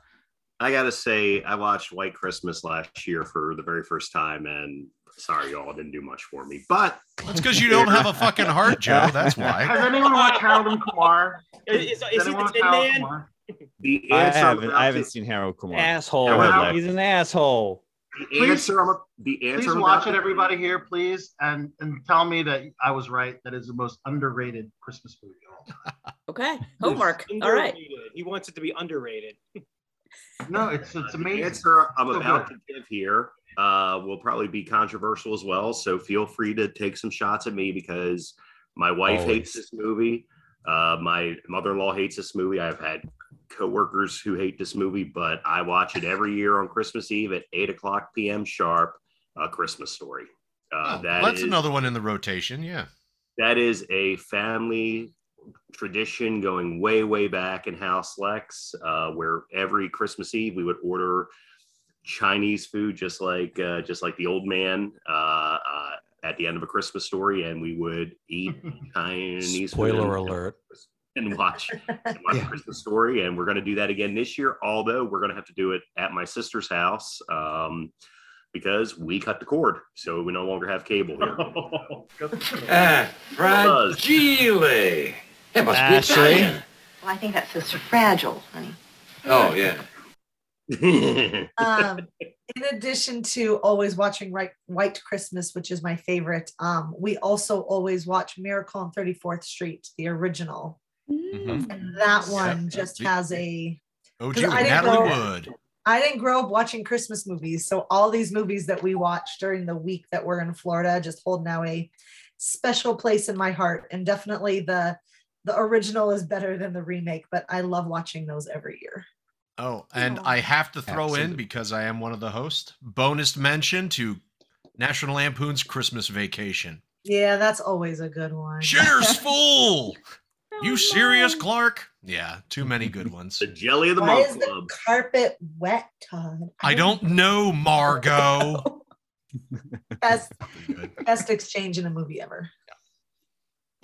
Speaker 3: I gotta say, I watched White Christmas last year for the very first time, and sorry, y'all it didn't do much for me. But
Speaker 7: That's because you don't have a fucking heart, Joe. That's why.
Speaker 11: Has anyone watched Harold and Kumar?
Speaker 4: Is, is,
Speaker 11: Has
Speaker 4: is he
Speaker 11: anyone
Speaker 4: the
Speaker 11: watched
Speaker 4: Tin
Speaker 11: Harold and
Speaker 4: Man?
Speaker 11: Kumar?
Speaker 3: the
Speaker 6: I
Speaker 3: answer I'm
Speaker 6: haven't.
Speaker 3: about
Speaker 6: I haven't
Speaker 3: to-
Speaker 6: seen Harold Kumar.
Speaker 3: Wow.
Speaker 16: Asshole. He's an asshole.
Speaker 3: the
Speaker 11: Please-
Speaker 3: answer. I'm, the answer.
Speaker 11: Please
Speaker 3: I'm
Speaker 11: watch
Speaker 3: about
Speaker 11: it,
Speaker 3: to-
Speaker 11: everybody here, please, and and tell me that I was right. That is the most underrated Christmas movie.
Speaker 12: Okay. Homework. All right.
Speaker 4: Underrated. He wants it to be underrated.
Speaker 11: No, it's it's
Speaker 3: The
Speaker 11: amazing.
Speaker 3: answer I'm
Speaker 4: Oh,
Speaker 11: So
Speaker 3: about
Speaker 11: good.
Speaker 3: to give here uh, will probably be controversial as well. So feel free to take some shots at me because my wife
Speaker 9: Always.
Speaker 3: hates this movie. Uh, my mother-in-law hates this movie. I've had coworkers who hate this movie, but I watch it every year on Christmas Eve at eight o'clock p.m. sharp. A Christmas Story. Uh,
Speaker 7: Oh,
Speaker 3: that
Speaker 7: that's
Speaker 3: is-
Speaker 7: another one in the rotation. Yeah.
Speaker 3: that is a family tradition going way way back in house lex uh, where every christmas eve we would order chinese food just like uh, just like the old man uh, uh, at the end of a christmas story and we would eat chinese
Speaker 16: Spoiler
Speaker 3: food
Speaker 16: alert.
Speaker 3: and watch, and watch christmas story and we're going to do that again this year although we're going to have to do it at my sister's house um, because we cut the cord so we no longer have cable here
Speaker 17: Uh, fragile. That must be
Speaker 6: Ashley?
Speaker 17: Italian.
Speaker 18: Well, I think that's just fragile, honey.
Speaker 17: Oh,
Speaker 7: Mm-hmm.
Speaker 17: yeah.
Speaker 8: um, in addition to always watching right, White Christmas, which is my favorite, um, we also always watch Miracle on 34th Street, the original. And that one just has a.
Speaker 7: OG
Speaker 8: 'cause
Speaker 7: with
Speaker 8: I didn't
Speaker 7: Natalie
Speaker 8: grow-
Speaker 7: Wood.
Speaker 8: I didn't grow up watching Christmas movies, so all these movies that we watch during the week that we're in Florida just hold now a special place in my heart. And definitely the the original is better than the remake, but I love watching those every year.
Speaker 7: Oh, and I have to throw in
Speaker 8: Absolutely.
Speaker 7: because I am one of the hosts. Bonus mention to National Lampoon's Christmas Vacation.
Speaker 8: Yeah, that's always a good one.
Speaker 7: Shitter's fool. You serious, Clark? Yeah, too many good ones. The
Speaker 3: jelly of
Speaker 8: Why is the carpet wet, Todd?
Speaker 7: I don't know, Margot.
Speaker 8: Best, best exchange in a movie ever.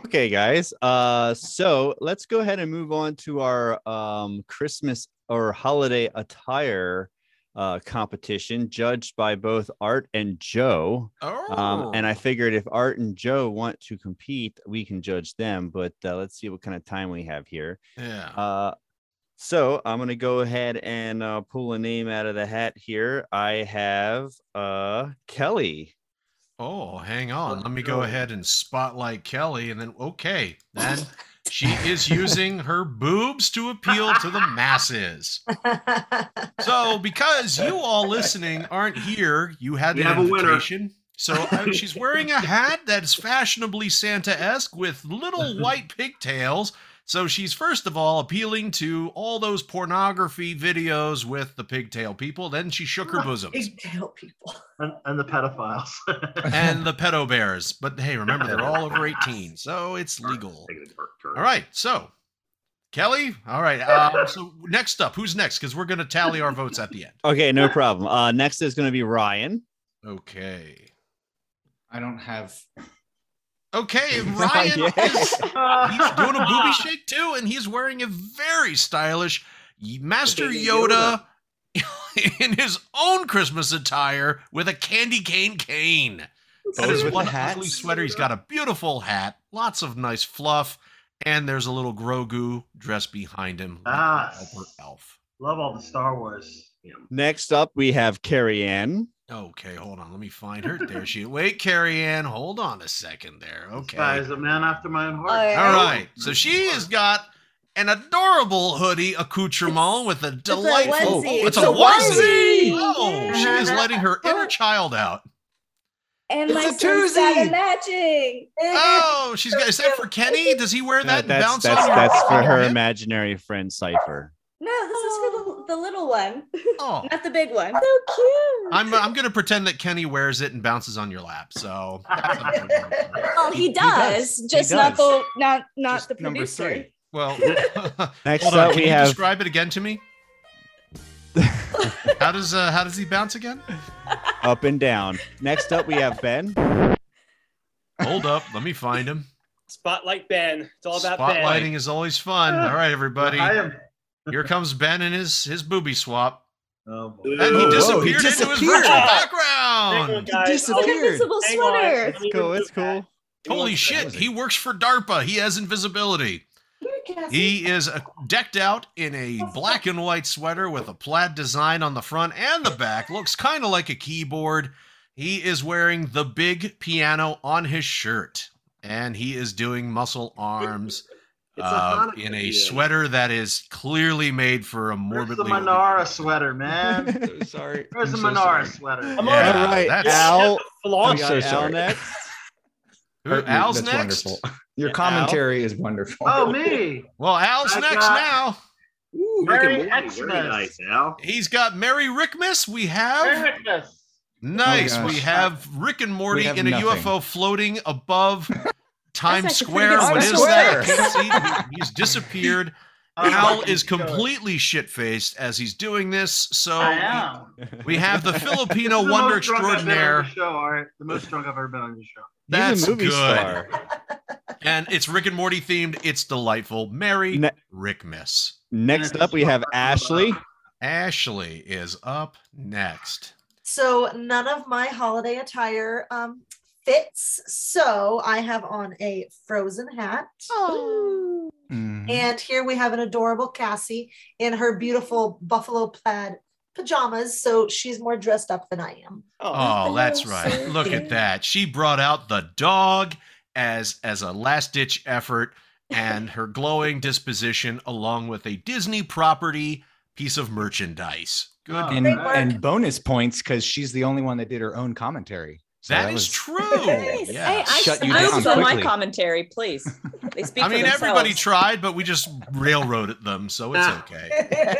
Speaker 6: Okay, guys. Uh, so let's go ahead and move on to our um, Christmas or holiday attire uh, competition, judged by both Art and Joe. Um,
Speaker 16: Oh.
Speaker 6: and I figured if Art and Joe want to compete, we can judge them. But uh, let's see what kind of time we have here.
Speaker 7: Yeah.
Speaker 6: Uh, so I'm gonna go ahead and uh, pull a name out of the hat here. I have uh, Kelly.
Speaker 7: Oh, hang on. Let me go ahead and spotlight Kelly, and then okay, then She is using her boobs to appeal to the masses. So, because you all listening aren't here, you had
Speaker 3: We
Speaker 7: an
Speaker 3: have a winner.
Speaker 7: invitation. So uh, she's wearing a hat that's fashionably Santa-esque with little white pigtails. So she's first of all appealing to all those pornography videos with the pigtail people. Then she shook her bosom
Speaker 8: Pigtail people.
Speaker 11: And, and the pedophiles.
Speaker 7: and the pedo bears. But hey, remember they're all over 18, so it's legal. All right, so Kelly. All right. Um, so next up, who's next? Because we're gonna tally our votes at the end.
Speaker 6: Okay, no problem. Uh, next is going to be Ryan.
Speaker 7: Okay.
Speaker 9: I don't have.
Speaker 7: Okay, Ryan is he's doing a booby shake too, and he's wearing a very stylish Master
Speaker 17: Baby
Speaker 7: Yoda, in his own Christmas attire with a candy cane cane. That
Speaker 17: Those
Speaker 7: is
Speaker 17: with
Speaker 7: one
Speaker 17: the hats?
Speaker 7: ugly sweater. He's got a beautiful hat, lots of nice fluff, and there's a little Grogu dressed behind him. like
Speaker 11: Ah.
Speaker 7: Albert Elf.
Speaker 11: Love all the Star Wars.
Speaker 6: Next up, we have Carrie Ann.
Speaker 7: Okay, hold on. Let me find her. There she is. Wait, Carrie Ann, hold on a second there. Okay.
Speaker 11: Guy is a man after my own heart.
Speaker 7: All right. So she has got an adorable hoodie accoutrement with a delightful.
Speaker 11: onesie.
Speaker 7: Oh,
Speaker 11: It's a
Speaker 10: onesie.
Speaker 7: Oh, she is letting her inner child out.
Speaker 10: And
Speaker 7: It's
Speaker 10: my
Speaker 7: a
Speaker 10: son's got a matching.
Speaker 7: Oh, she's got. Is that for Kenny? Does he wear that? and
Speaker 6: that's
Speaker 7: bounce
Speaker 6: that's,
Speaker 7: on your-
Speaker 6: that's for her imaginary friend Cipher.
Speaker 10: No, this is for the, the little one.
Speaker 7: Oh.
Speaker 10: Not the big one. So cute.
Speaker 7: I'm I'm gonna pretend that Kenny wears it and bounces on your lap. So
Speaker 10: well, he does,
Speaker 7: He
Speaker 10: just
Speaker 7: does.
Speaker 10: not the not not the producer.
Speaker 7: Well,
Speaker 6: Next
Speaker 7: hold
Speaker 6: up,
Speaker 7: on, can
Speaker 6: we
Speaker 7: you
Speaker 6: have-
Speaker 7: describe it again to me. how does uh, how does he bounce again?
Speaker 6: Up and down. Next up, we have Ben.
Speaker 7: Hold up, let me find him.
Speaker 4: Spotlight Ben. It's all about
Speaker 7: Spotlighting
Speaker 4: Ben.
Speaker 7: is always fun. All right, everybody.
Speaker 4: I am-
Speaker 7: Here comes Ben and his his booby swap.
Speaker 11: Oh,
Speaker 7: and
Speaker 17: Ooh, whoa,
Speaker 7: he
Speaker 17: he
Speaker 7: disappeared into his virtual
Speaker 17: disappeared.
Speaker 7: background.
Speaker 17: Hang on, He guys. disappeared. I'll- Invisible hang on. sweater. It's cool, it's
Speaker 7: cool. Holy shit! He works for DARPA. He has invisibility. He is uh, decked out in a black and white sweater with a plaid design on the front and the back. Looks kind of like a keyboard. He is wearing the big piano on his shirt, and he is doing muscle arms
Speaker 11: It's a
Speaker 7: uh,
Speaker 11: Hanukkah
Speaker 7: in a
Speaker 11: video.
Speaker 7: sweater that is clearly made for a
Speaker 11: Where's the
Speaker 7: morbidly.
Speaker 11: Manara sweater, man?
Speaker 9: sorry.
Speaker 11: Where's the
Speaker 7: I'm so
Speaker 11: Manara
Speaker 7: sorry.
Speaker 11: sweater?
Speaker 7: I'm Yeah, all right, that's- Al.
Speaker 9: I'm so sorry.
Speaker 7: Who- Al's
Speaker 9: That's
Speaker 7: next.
Speaker 9: wonderful. Your
Speaker 7: Yeah, Al.
Speaker 9: commentary is wonderful.
Speaker 11: Oh, me.
Speaker 7: Well, Al's
Speaker 11: I
Speaker 7: next
Speaker 11: got-
Speaker 7: now.
Speaker 11: Merry Rick and Morty, very Xmas. nice,
Speaker 3: Al.
Speaker 7: He's got Merry Rickmas. We have
Speaker 11: Merry Xmas.
Speaker 7: nice.
Speaker 11: Oh, gosh.
Speaker 7: we have Rick and Morty
Speaker 11: have
Speaker 7: in a
Speaker 11: nothing.
Speaker 7: UFO floating above Times
Speaker 11: actually pretty
Speaker 7: Square.
Speaker 11: good
Speaker 7: What is
Speaker 11: stuff.
Speaker 7: that? I
Speaker 11: Square.
Speaker 7: can't see. He's disappeared.
Speaker 11: Oh,
Speaker 7: Al
Speaker 11: fucking
Speaker 7: is
Speaker 11: show it.
Speaker 7: completely shit faced as he's doing this. So
Speaker 11: I
Speaker 7: we-
Speaker 11: am.
Speaker 7: we have the Filipino
Speaker 11: This is the
Speaker 7: wonder
Speaker 11: most drunk I've been on your
Speaker 7: extraordinaire.
Speaker 11: Show, all right. The most drunk I've ever been on your show.
Speaker 7: That's
Speaker 6: movie
Speaker 7: good.
Speaker 6: star.
Speaker 7: and it's Rick and Morty themed. It's delightful. Merry
Speaker 6: Ne-
Speaker 7: Rickmas.
Speaker 6: Next up, we have Ashley.
Speaker 7: Ashley is up next.
Speaker 8: So none of my holiday attire um, fits. So I have on a frozen hat. And here we have an adorable Cassie in her beautiful buffalo plaid pajamas. So she's more dressed up than I am.
Speaker 7: Oh, that's right. Look at that. She brought out the dog as as a last ditch effort and her glowing disposition along with a Disney property piece of merchandise. Good.
Speaker 9: and, and bonus points because she's the only one that did her own commentary. So
Speaker 7: That is
Speaker 9: was-
Speaker 7: true.
Speaker 12: Nice.
Speaker 7: Yeah.
Speaker 12: Hey, I,
Speaker 9: Shut you
Speaker 12: I
Speaker 9: down
Speaker 12: also want my
Speaker 9: quickly.
Speaker 12: commentary, please. They speak
Speaker 7: I mean,
Speaker 12: for
Speaker 7: everybody
Speaker 12: themselves.
Speaker 7: tried, but we just railroaded them, so it's
Speaker 12: Ah.
Speaker 7: okay.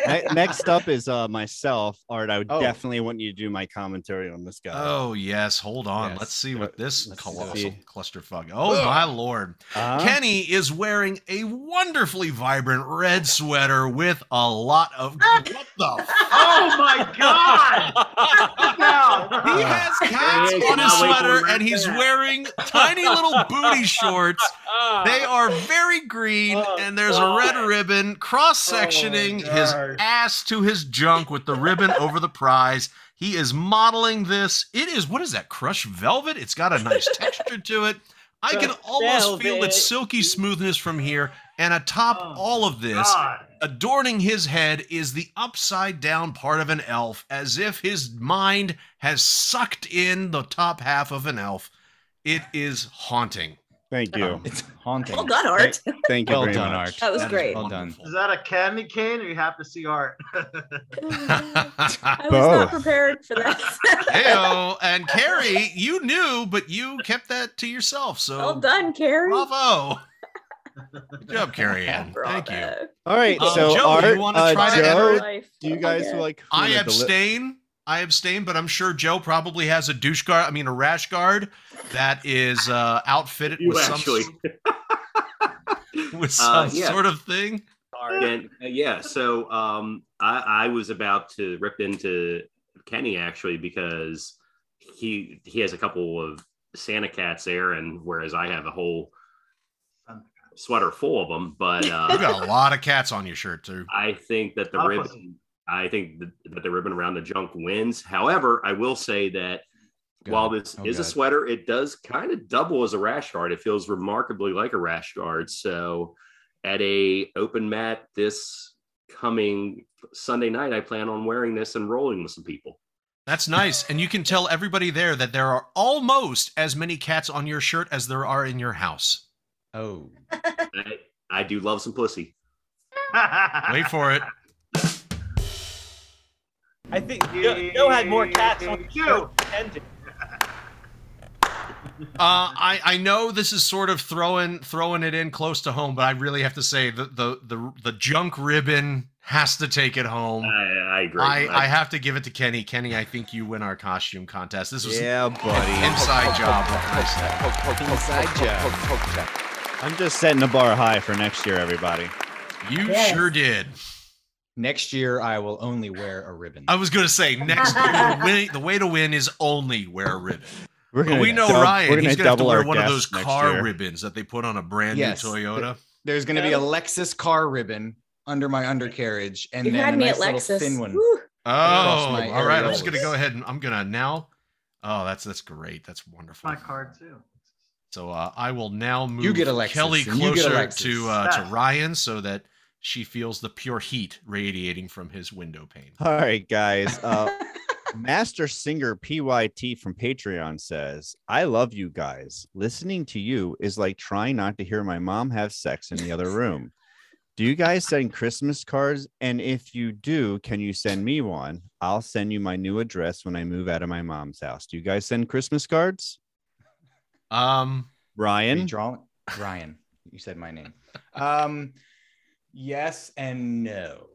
Speaker 6: Ne- Next up is uh, myself. Art, I would
Speaker 7: Oh.
Speaker 6: definitely want you to do my commentary on this guy.
Speaker 7: Oh yes, hold on. Let's see what this colossal clusterfuck. Oh
Speaker 6: Ugh.
Speaker 7: my lord.
Speaker 6: Uh-huh.
Speaker 7: Kenny is wearing a wonderfully vibrant red sweater with a lot of what the
Speaker 11: Oh my god!
Speaker 7: He has cats
Speaker 17: Yeah,
Speaker 7: on his
Speaker 17: cannot wait to
Speaker 7: sweater
Speaker 17: wear
Speaker 7: and he's
Speaker 17: that.
Speaker 7: wearing tiny little booty shorts. They are very green
Speaker 17: Oh,
Speaker 7: and there's a red ribbon cross sectioning his ass to his junk with the ribbon over the prize. He is modeling this. It is, what is that, crushed velvet? It's got a nice texture to it. I can
Speaker 17: Crushed
Speaker 7: almost feel
Speaker 17: velvet.
Speaker 7: its silky smoothness from here. And atop all of this,
Speaker 17: God.
Speaker 7: adorning his head is the upside down part of an elf, as if his mind has sucked in the top half of an elf. It is haunting.
Speaker 6: Thank you. It's
Speaker 9: haunting.
Speaker 12: Well done, Art.
Speaker 6: Thank, thank you
Speaker 9: Well
Speaker 6: very
Speaker 9: done,
Speaker 6: much.
Speaker 9: Art. That was That is great.
Speaker 6: Well done.
Speaker 11: Is that a candy cane or you happen to see art?
Speaker 12: I was not
Speaker 7: Both.
Speaker 12: prepared for that.
Speaker 9: uh,
Speaker 7: Heyo, and Carrie, you knew, but you kept that to yourself. So
Speaker 12: Well done, Carrie.
Speaker 7: Bravo. Good job, Carrie Ann. Thank you.
Speaker 6: All right,
Speaker 7: Uh,
Speaker 6: so
Speaker 7: Joe,
Speaker 6: Art,
Speaker 7: do you want to
Speaker 6: uh,
Speaker 7: try to
Speaker 6: Joe,
Speaker 7: enter it?
Speaker 6: do you guys like?
Speaker 7: I
Speaker 6: wanna deli-
Speaker 7: abstain. I abstain, but I'm sure Joe probably has a douche guard. I mean, a rash guard that is uh, outfitted
Speaker 3: You
Speaker 7: with
Speaker 3: actually.
Speaker 7: some with
Speaker 3: Uh,
Speaker 7: some
Speaker 3: yeah.
Speaker 7: sort of thing.
Speaker 3: And, uh, yeah, so um, I, I was about to rip into Kenny actually because he he has a couple of Santa cats there, and whereas I have a whole sweater full of them. But uh,
Speaker 7: you got a lot of cats on your shirt too.
Speaker 3: I think that the
Speaker 7: Lot of
Speaker 3: ribbon, I think that, that the ribbon around the junk wins. However, I will say that while this
Speaker 9: Oh,
Speaker 3: is a
Speaker 9: God.
Speaker 3: sweater, it does kind of double as a rash guard. It feels remarkably like a rash guard. So, at a open mat this coming Sunday night, I plan on wearing this and rolling with some people.
Speaker 7: That's nice, and you can tell everybody there that there are almost as many cats on your shirt as there are in your house.
Speaker 9: Oh,
Speaker 3: I, I do love some pussy.
Speaker 7: wait for it.
Speaker 4: I think Joe, Joe had more cats on the show than did.
Speaker 7: Uh, I I know this is sort of throwing throwing it in close to home, but I really have to say the the the, the junk ribbon has to take it home.
Speaker 3: I, I agree.
Speaker 7: I, I have to give it to Kenny. Kenny, I think you win our costume contest. This was
Speaker 6: Yeah, buddy.
Speaker 7: an inside job. What can I
Speaker 6: Inside
Speaker 7: say?
Speaker 9: Oh,
Speaker 6: job. I'm just setting the bar high for next year, everybody.
Speaker 7: You
Speaker 6: Yes.
Speaker 7: sure did.
Speaker 9: Next year, I will only wear a ribbon.
Speaker 7: I was gonna say next year the, way, the way to win is only wear a ribbon.
Speaker 9: We're
Speaker 7: But
Speaker 9: gonna
Speaker 7: we know
Speaker 9: dub-
Speaker 7: Ryan.
Speaker 9: we're gonna
Speaker 7: he's gonna have to
Speaker 9: double
Speaker 7: wear
Speaker 9: our
Speaker 7: one of those
Speaker 9: guests next
Speaker 7: car
Speaker 9: year.
Speaker 7: ribbons that they put on a brand
Speaker 9: Yes.
Speaker 7: new Toyota.
Speaker 9: There's going to be a Lexus car ribbon under my undercarriage, and
Speaker 7: You've
Speaker 9: then
Speaker 7: had
Speaker 9: a
Speaker 7: me
Speaker 9: nice
Speaker 7: at
Speaker 9: little
Speaker 7: Lexus.
Speaker 9: thin one.
Speaker 7: Woo. Oh,
Speaker 9: Across my
Speaker 7: all right. I'm just gonna
Speaker 9: areolas.
Speaker 7: go ahead and I'm gonna now. Oh, that's that's great. That's wonderful.
Speaker 11: My card too.
Speaker 7: So uh, I will now move
Speaker 9: You get a Lexus,
Speaker 7: Kelly
Speaker 9: and you get a
Speaker 7: closer
Speaker 9: Lexus.
Speaker 7: to uh, to
Speaker 9: Ah.
Speaker 7: Ryan so that she feels the pure heat radiating from his window pane.
Speaker 6: All right, guys. Uh, Master singer PYT from Patreon says, I love you guys. Listening to you is like trying not to hear my mom have sex in the other room. Do you guys send Christmas cards? And if you do, can you send me one? I'll send you my new address when I move out of my mom's house. Do you guys send Christmas cards?
Speaker 7: Um,
Speaker 9: Are you
Speaker 6: Ryan,
Speaker 9: drawing? Ryan, you said my name. Um, yes and no.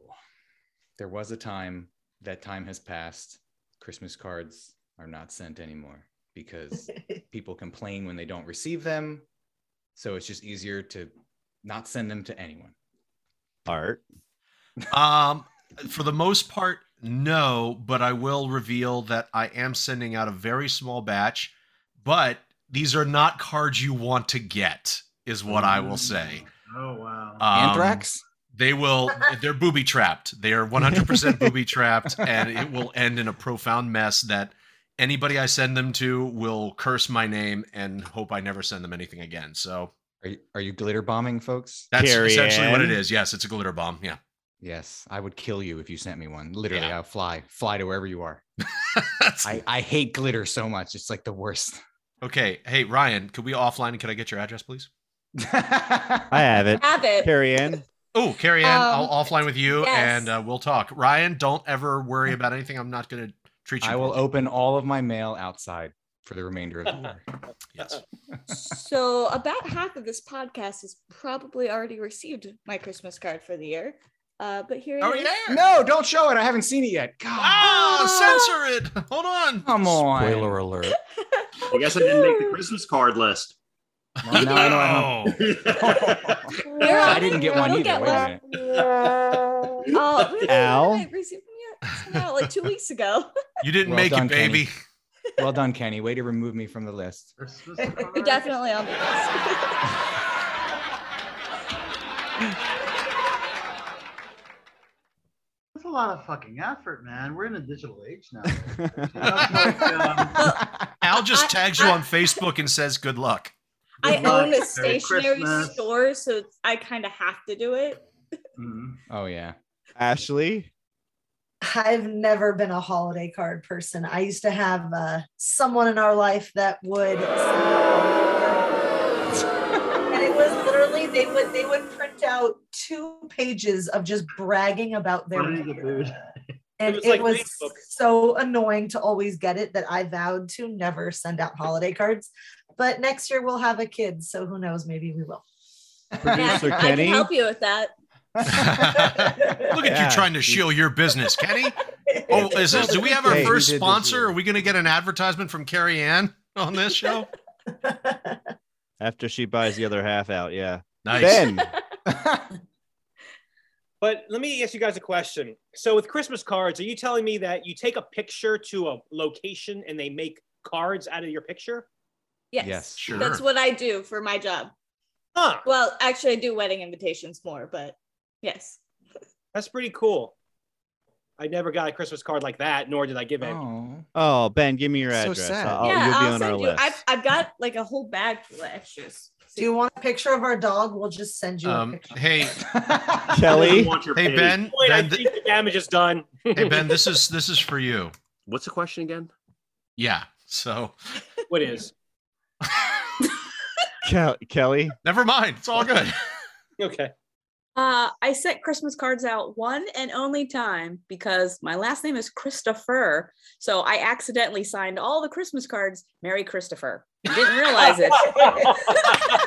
Speaker 9: There was a time. That time has passed. Christmas cards are not sent anymore because people complain when they don't receive them. So it's just easier to not send them to anyone.
Speaker 6: Art.
Speaker 7: Um, for the most part, no, but I will reveal that I am sending out a very small batch, but these are not cards you want to get, is what I
Speaker 9: Mm.
Speaker 7: will say.
Speaker 11: Oh wow.
Speaker 7: Um,
Speaker 9: Anthrax?
Speaker 7: They will, they're booby trapped. They are 100% booby trapped, and it will end in a profound mess that anybody I send them to will curse my name and hope I never send them anything again. So
Speaker 9: Are you, are you glitter bombing, folks?
Speaker 7: that's essentially what it is. Yes, it's a glitter bomb. Yeah.
Speaker 9: Yes, I would kill you if you sent me one. Literally, I'll fly, fly to wherever you are. I, I hate glitter so much. It's like the worst.
Speaker 7: Okay. Hey, Ryan, could we offline and could I get your address, please?
Speaker 6: I have it.
Speaker 10: Have it.
Speaker 6: Carrie Ann.
Speaker 7: Oh, Carrie Ann,
Speaker 10: Um,
Speaker 7: I'll offline with you
Speaker 10: yes.
Speaker 7: and uh, we'll talk. Ryan, don't ever worry about anything. I'm not going to treat you.
Speaker 9: I will
Speaker 7: poorly.
Speaker 9: open all of my mail outside for the remainder of the year.
Speaker 7: yes.
Speaker 10: So about half of this podcast has probably already received my Christmas card for the year. Uh, but here it
Speaker 7: Oh,
Speaker 10: is.
Speaker 7: yeah.
Speaker 9: No, don't show it. I haven't seen it yet. God,
Speaker 10: Oh,
Speaker 7: Ah, censor it. Hold on.
Speaker 9: come on.
Speaker 3: Spoiler alert. I guess I didn't make the Christmas card list.
Speaker 9: Well, now I know I
Speaker 7: don't-
Speaker 10: We're
Speaker 9: I
Speaker 10: on
Speaker 9: didn't
Speaker 10: it.
Speaker 9: get
Speaker 10: We're
Speaker 9: one
Speaker 10: on it.
Speaker 9: either.
Speaker 10: Get
Speaker 9: Wait a
Speaker 10: one.
Speaker 9: minute.
Speaker 10: Oh, really?
Speaker 9: Al?
Speaker 10: I haven't received one yet. It's been out like two weeks ago.
Speaker 7: You didn't
Speaker 9: Well
Speaker 7: make
Speaker 9: done,
Speaker 7: it, baby.
Speaker 9: Well done, Kenny. Way to remove me from the list.
Speaker 10: You're definitely on the list.
Speaker 11: That's a lot of fucking effort, man. We're in a digital age now. You know, it's like, um,
Speaker 7: Al just tags you on Facebook and says, good luck.
Speaker 10: I
Speaker 11: Good luck.
Speaker 10: own a
Speaker 11: Merry
Speaker 10: stationary
Speaker 11: Christmas.
Speaker 10: store, so it's- I kind of have to do it.
Speaker 9: Oh yeah.
Speaker 6: Ashley.
Speaker 8: I've never been a holiday card person. I used to have uh, someone in our life that would. they would they would print out two pages of just bragging about their
Speaker 11: food.
Speaker 8: and
Speaker 11: It was
Speaker 8: it
Speaker 11: like
Speaker 8: was
Speaker 11: Facebook.
Speaker 8: so annoying to always get it that I vowed to never send out holiday cards. But next year we'll have a kid, so who knows? Maybe we will.
Speaker 6: Producer
Speaker 10: I can
Speaker 6: Kenny.
Speaker 10: help you with that.
Speaker 7: Look at
Speaker 6: Yeah.
Speaker 7: you trying to shill your business, Kenny. Oh, is this? Do we have our
Speaker 6: Hey, he
Speaker 7: first
Speaker 6: did this
Speaker 7: sponsor? Are we going to get an advertisement from Carrie Ann on this show?
Speaker 6: After she buys the other half out, yeah.
Speaker 7: Nice.
Speaker 6: Ben,
Speaker 4: But let me ask you guys a question. So with Christmas cards, are you telling me that you take a picture to a location and they make cards out of your picture?
Speaker 10: Yes.
Speaker 4: Yes, sure.
Speaker 10: That's what I do for my job.
Speaker 4: Huh.
Speaker 10: Well, actually, I do wedding invitations more, but yes.
Speaker 4: That's pretty cool. I never got a Christmas card like that, nor did I give it.
Speaker 6: oh Ben, give me your
Speaker 4: So
Speaker 6: address.
Speaker 4: sad.
Speaker 6: I'll-
Speaker 10: yeah,
Speaker 6: Oh, you'll be
Speaker 10: I'll
Speaker 6: on
Speaker 10: send
Speaker 6: our
Speaker 10: you.
Speaker 6: list.
Speaker 10: I've, I've got like a whole bag full of extras.
Speaker 8: Do you want a picture of our dog? We'll just send you a
Speaker 7: Um,
Speaker 8: picture.
Speaker 7: hey,
Speaker 6: Kelly.
Speaker 7: Hey Ben.
Speaker 4: Wait, I
Speaker 7: Ben, th-
Speaker 4: think the damage is done.
Speaker 7: hey Ben, this is this is for you.
Speaker 3: What's the question again?
Speaker 7: Yeah. So
Speaker 4: what is?
Speaker 6: Kel- Kelly.
Speaker 7: Never mind. It's all good.
Speaker 4: Okay.
Speaker 12: Uh, I sent Christmas cards out one and only time because my last name is Christopher. So I accidentally signed all the Christmas cards Merry Christopher. I didn't realize it.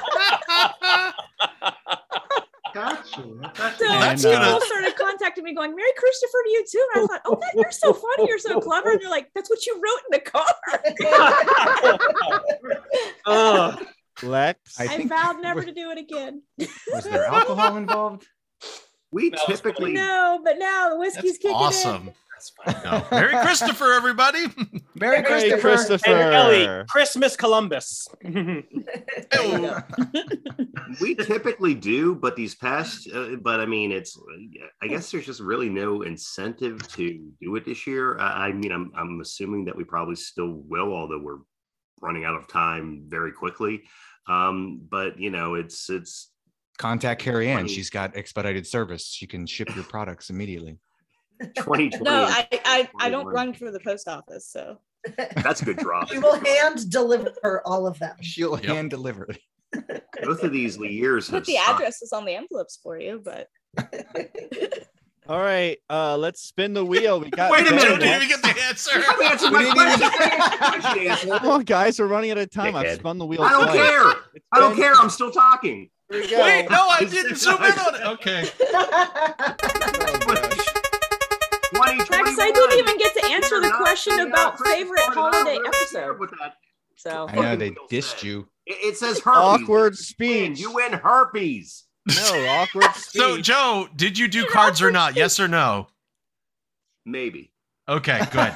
Speaker 12: So
Speaker 17: And,
Speaker 12: people
Speaker 17: uh,
Speaker 12: started contacting me going, Merry Christopher to you too. And I thought, oh, that, you're so funny. You're so clever. And they're like, that's what you wrote in the card.
Speaker 4: Oh,
Speaker 6: Lex.
Speaker 12: I, vowed never to do it again.
Speaker 6: Was
Speaker 3: there
Speaker 6: alcohol involved?
Speaker 3: We
Speaker 12: No,
Speaker 3: typically
Speaker 12: No, but now the whiskey's kicking
Speaker 7: awesome. No. Merry Christopher, everybody.
Speaker 4: Merry
Speaker 6: Christopher. Christopher.
Speaker 4: And Ellie, Christmas Columbus.
Speaker 3: we typically do, but these past, uh, but I mean, it's. I guess there's just really no incentive to do it this year. I, I mean, I'm I'm assuming that we probably still will, although we're running out of time very quickly. Um, but you know, it's it's
Speaker 9: Contact Carrie Ann.
Speaker 3: Funny.
Speaker 9: She's got expedited service. She can ship your products immediately.
Speaker 3: 2020.
Speaker 10: No, I, I, I don't run for the post office, so.
Speaker 3: That's a good drop.
Speaker 8: We will hand deliver all of them.
Speaker 9: She'll hand deliver it.
Speaker 3: Both of these years
Speaker 10: Put
Speaker 3: have
Speaker 10: the
Speaker 3: sucked.
Speaker 10: addresses on the envelopes for you, but
Speaker 6: All right, uh, let's spin the wheel. We got
Speaker 7: Wait a
Speaker 6: Ben
Speaker 7: minute. Did
Speaker 6: next.
Speaker 7: we get the answer?
Speaker 6: answered my We didn't Come on, guys, we're running out of time. I've
Speaker 3: Dickhead.
Speaker 6: spun the wheel.
Speaker 3: I don't
Speaker 6: twice.
Speaker 3: care. I don't care. I'm still talking.
Speaker 7: Wait, no, I didn't zoom in on it. Okay.
Speaker 3: 2021.
Speaker 12: Rex, I didn't even get to answer the question about favorite holiday episode. So
Speaker 9: I know they dissed you.
Speaker 3: It, it says herpes.
Speaker 6: Awkward speech.
Speaker 3: You win herpes.
Speaker 6: No, awkward speech.
Speaker 7: So Joe, did you do cards or not? Yes or no?
Speaker 3: Maybe.
Speaker 7: Okay, good.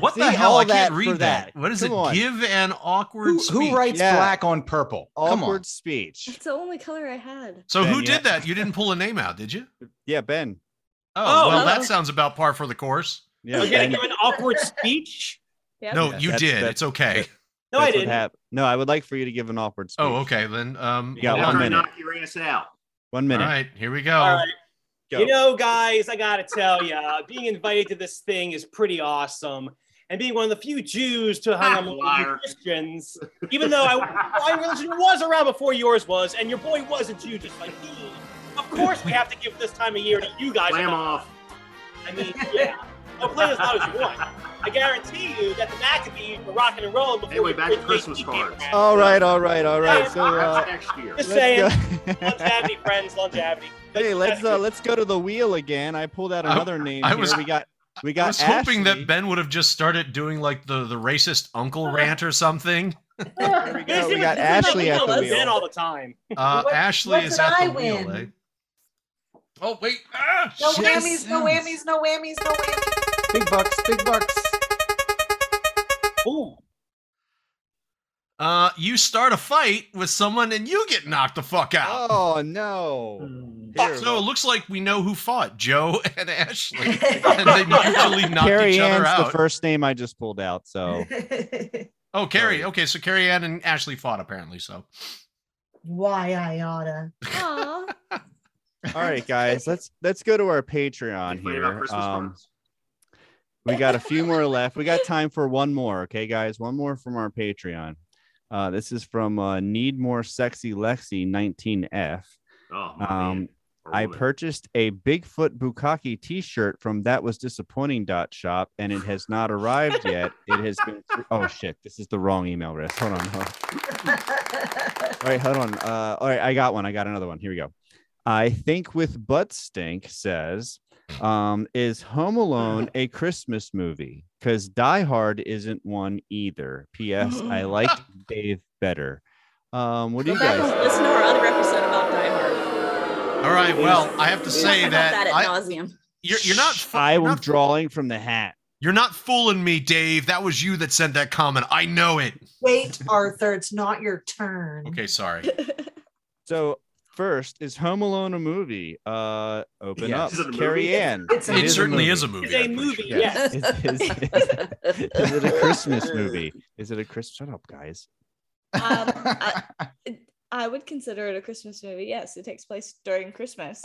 Speaker 7: What the
Speaker 9: See,
Speaker 7: hell?
Speaker 9: all
Speaker 7: I
Speaker 9: that
Speaker 7: can't read
Speaker 9: for
Speaker 7: that.
Speaker 9: that.
Speaker 7: What is
Speaker 9: Come
Speaker 7: it?
Speaker 9: on.
Speaker 7: Give an awkward
Speaker 9: Who,
Speaker 7: speech.
Speaker 9: who writes
Speaker 6: Yeah.
Speaker 9: black on purple? Come on.
Speaker 6: awkward speech.
Speaker 10: it's the only color I had.
Speaker 7: So
Speaker 6: Ben,
Speaker 7: who
Speaker 6: yeah.
Speaker 7: did that? You didn't pull a name out, did you?
Speaker 6: Yeah, Ben.
Speaker 7: Oh,
Speaker 10: Oh,
Speaker 7: well,
Speaker 10: well.
Speaker 7: that sounds about par for the course.
Speaker 6: Yeah,
Speaker 4: You're gonna
Speaker 6: Ben.
Speaker 4: give an awkward speech?
Speaker 7: No,
Speaker 6: Yeah,
Speaker 7: you
Speaker 6: that's-
Speaker 7: did.
Speaker 6: that's-
Speaker 7: It's okay.
Speaker 4: No,
Speaker 6: That's
Speaker 4: I
Speaker 6: what
Speaker 4: didn't.
Speaker 6: hap- No, I would like for you to give an awkward speech.
Speaker 7: Oh, okay. Then um,
Speaker 6: You got
Speaker 7: hold
Speaker 6: one
Speaker 7: on.
Speaker 6: minute.
Speaker 3: Knock your ass out.
Speaker 6: One
Speaker 7: All
Speaker 6: minute.
Speaker 7: right, here we go.
Speaker 4: All right.
Speaker 6: Go.
Speaker 4: You know, guys, I gotta tell ya, being invited to this thing is pretty awesome. And being one of the few Jews to hang among you
Speaker 3: Ah, Liar.
Speaker 4: Christians, even though I, my religion was around before yours was, and your boy was a Jew just like me. Of course, we have to give this time of year to you guys.
Speaker 3: Slam off.
Speaker 4: I mean, yeah. Now play as loud as you want. I guarantee you that the Maccabees were rocking and rolling before.
Speaker 3: Anyway,
Speaker 4: the
Speaker 3: back to
Speaker 4: Great
Speaker 3: Christmas
Speaker 4: Lakes came
Speaker 3: cards.
Speaker 4: around.
Speaker 6: All right, all right, all right. So
Speaker 3: That's
Speaker 6: uh,
Speaker 3: next year.
Speaker 4: Just saying,
Speaker 6: let's go.
Speaker 4: longevity, friends, longevity.
Speaker 6: hey, let's uh, let's go to the wheel again. I pulled out
Speaker 7: I-
Speaker 6: another name
Speaker 7: I
Speaker 6: here.
Speaker 7: was-
Speaker 6: we got we got
Speaker 7: I was hoping that Ben would have just started doing like the the racist uncle rant or something.
Speaker 6: we go. We got Ashley at the
Speaker 4: Ben
Speaker 6: wheel.
Speaker 4: all the time.
Speaker 7: Uh,
Speaker 8: What-
Speaker 7: Ashley
Speaker 8: what
Speaker 7: is
Speaker 8: did
Speaker 7: at
Speaker 8: I
Speaker 7: the wheel.
Speaker 8: win?
Speaker 7: Eh? Oh wait! Ah,
Speaker 8: No
Speaker 7: shit.
Speaker 8: whammies, no whammies, no whammies, no whammies.
Speaker 9: Big bucks, big bucks.
Speaker 4: Ooh.
Speaker 7: Uh, you start a fight with someone and you get knocked the fuck out.
Speaker 6: Oh no. Here.
Speaker 7: so it looks like we know who fought Joe and Ashley, and they mutually knocked
Speaker 6: Carrie
Speaker 7: each other
Speaker 6: Ann's the
Speaker 7: out.
Speaker 6: first name I just pulled out. So
Speaker 7: oh, Carrie. Okay, so Carrie Ann and Ashley fought apparently. So
Speaker 8: Why I oughta.
Speaker 10: Aw.
Speaker 6: all right, guys, let's let's go to our Patreon
Speaker 3: Complain about
Speaker 6: here.
Speaker 3: Christmas
Speaker 6: Um,
Speaker 3: cards.
Speaker 6: we got a few more left. We got time for one more. Okay, guys, one more from our Patreon. Uh, this is from uh, Need More Sexy Lexi 19F.
Speaker 3: Oh,
Speaker 6: um, I purchased a Bigfoot Bukaki T-shirt from that was disappointing dot shop, and it has not arrived yet. It has been. Oh shit! This is the wrong email address. Hold on. Hold on. all right, hold on. Uh, all right, I got one. I got another one. Here we go. I think with butt stink says, um, is Home Alone a Christmas movie? Because Die Hard isn't one either. P.S. I liked Dave better. Um, what do you guys? think?
Speaker 12: Listen to our other episode about Die Hard.
Speaker 7: All right. Well, I have to say
Speaker 12: Talk about
Speaker 7: that,
Speaker 12: that at
Speaker 7: I-
Speaker 12: nauseam.
Speaker 7: you're, you're not. fu-
Speaker 6: I
Speaker 7: you're
Speaker 6: am
Speaker 7: not-
Speaker 6: drawing from the hat.
Speaker 7: You're not fooling me, Dave. That was you that sent that comment. I know it.
Speaker 8: Wait, Arthur, it's not your turn.
Speaker 7: Okay, sorry.
Speaker 6: So first, is Home Alone a movie? Uh, open
Speaker 7: Yeah.
Speaker 6: up,
Speaker 7: Is it a movie?
Speaker 6: Carrie Ann.
Speaker 7: It's a It
Speaker 6: is
Speaker 7: certainly is a movie, It's a I'm pretty
Speaker 4: movie, sure. yes.
Speaker 6: Is, is- is it a Christmas movie? Is it a Christmas? Shut up, guys.
Speaker 10: Um, I, I would consider it a Christmas movie. Yes, it takes place during Christmas.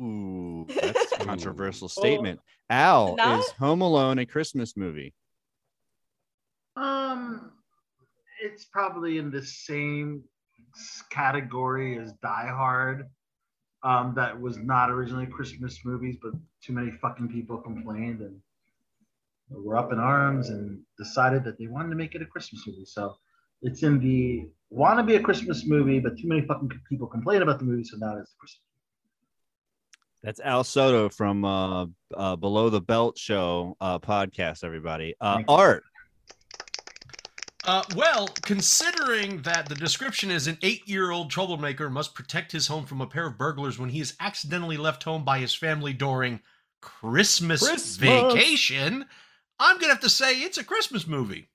Speaker 6: Ooh, that's a controversial statement. Al
Speaker 10: Not-
Speaker 6: is Home Alone a Christmas movie?
Speaker 11: Um, it's probably in the same s- category as Die Hard. Um, that was not originally Christmas movies, but too many fucking people complained and were up in arms and decided that they wanted to make it a Christmas movie. So it's in the want to be a Christmas movie, but too many fucking people complain about the movie, so now it's a Christmas.
Speaker 6: That's Al Soto from uh, uh, Below the Belt Show uh, podcast. Everybody, uh, Art.
Speaker 7: Uh, well, considering that the description is an eight-year-old troublemaker must protect his home from a pair of burglars when he is accidentally left home by his family during Christmas,
Speaker 17: Christmas.
Speaker 7: vacation, I'm gonna have to say it's a Christmas movie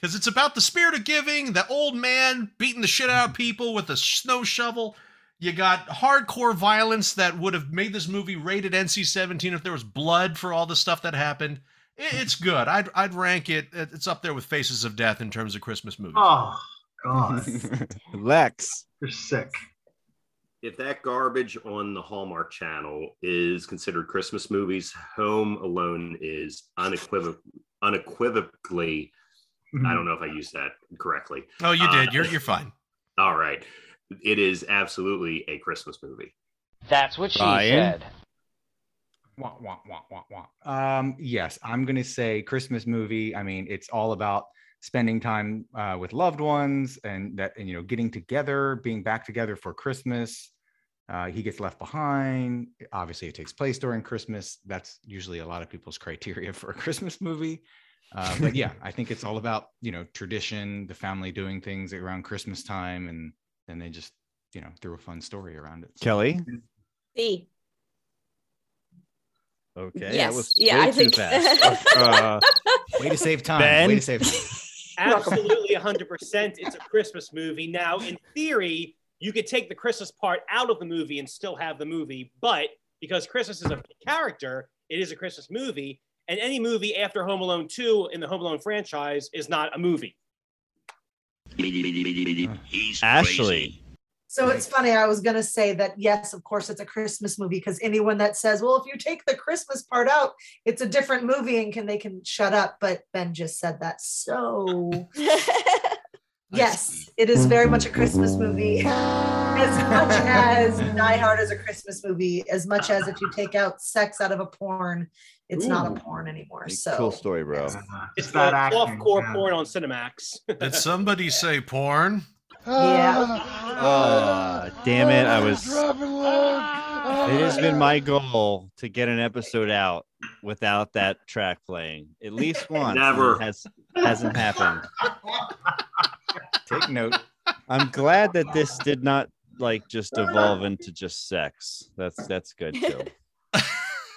Speaker 7: because it's about the spirit of giving. The old man beating the shit out of people with a snow shovel. You got hardcore violence that would have made this movie rated NC-17 if there was blood for all the stuff that happened. I- It's good. I'd I'd rank it. It's up there with Faces of Death in terms of Christmas movies.
Speaker 11: Oh, God.
Speaker 6: Lex.
Speaker 11: You're sick.
Speaker 3: If that garbage on the Hallmark Channel is considered Christmas movies, Home Alone is unequivoc- unequivocally. I don't know if I used that correctly.
Speaker 7: Mm-hmm. Oh, you
Speaker 3: Uh,
Speaker 7: did. You're you're fine.
Speaker 3: All right. It is absolutely a Christmas movie.
Speaker 17: That's what she
Speaker 9: Ryan?
Speaker 17: said.
Speaker 9: Wah, wah, wah, wah, wah. Um, yes, I'm gonna say Christmas movie. I mean, it's all about spending time uh, with loved ones and that and you know getting together, being back together for Christmas. Uh, he gets left behind. Obviously, it takes place during Christmas. That's usually a lot of people's criteria for a Christmas movie. Uh, but yeah, I think it's all about you know tradition, the family doing things around Christmas time, and then they just you know threw a fun story around it.
Speaker 6: Kelly.
Speaker 12: See,
Speaker 6: Okay.
Speaker 12: Yes. Yeah, I think-
Speaker 9: way to save time.
Speaker 6: Ben?
Speaker 9: Way to save time.
Speaker 4: Absolutely 100%. It's a Christmas movie. Now, in theory, you could take the Christmas part out of the movie and still have the movie, but because Christmas is a character, it is a Christmas movie. And any movie after Home Alone 2 in the Home Alone franchise is not a movie.
Speaker 6: Ashley.
Speaker 8: So it's funny. I was going to say that, yes, of course, it's a Christmas movie because anyone that says, well, if you take the Christmas part out, it's a different movie and can they can shut up. But Ben just said that. So, yes, it is very much a Christmas movie. As much as Die Hard is a Christmas movie, as much as if you take out sex out of a porn, it's not a porn anymore. So,
Speaker 6: cool story, bro.
Speaker 4: It's not off-core porn on Cinemax.
Speaker 7: Did somebody say porn?
Speaker 4: yeah.
Speaker 6: Oh, damn it! I was. It
Speaker 17: It
Speaker 6: has
Speaker 12: Oh.
Speaker 6: been my goal to get an episode out without that track playing at least once. and it
Speaker 3: Never.
Speaker 6: has hasn't happened.
Speaker 9: Take note.
Speaker 6: I'm glad that this did not like just evolve into just sex. That's that's good too.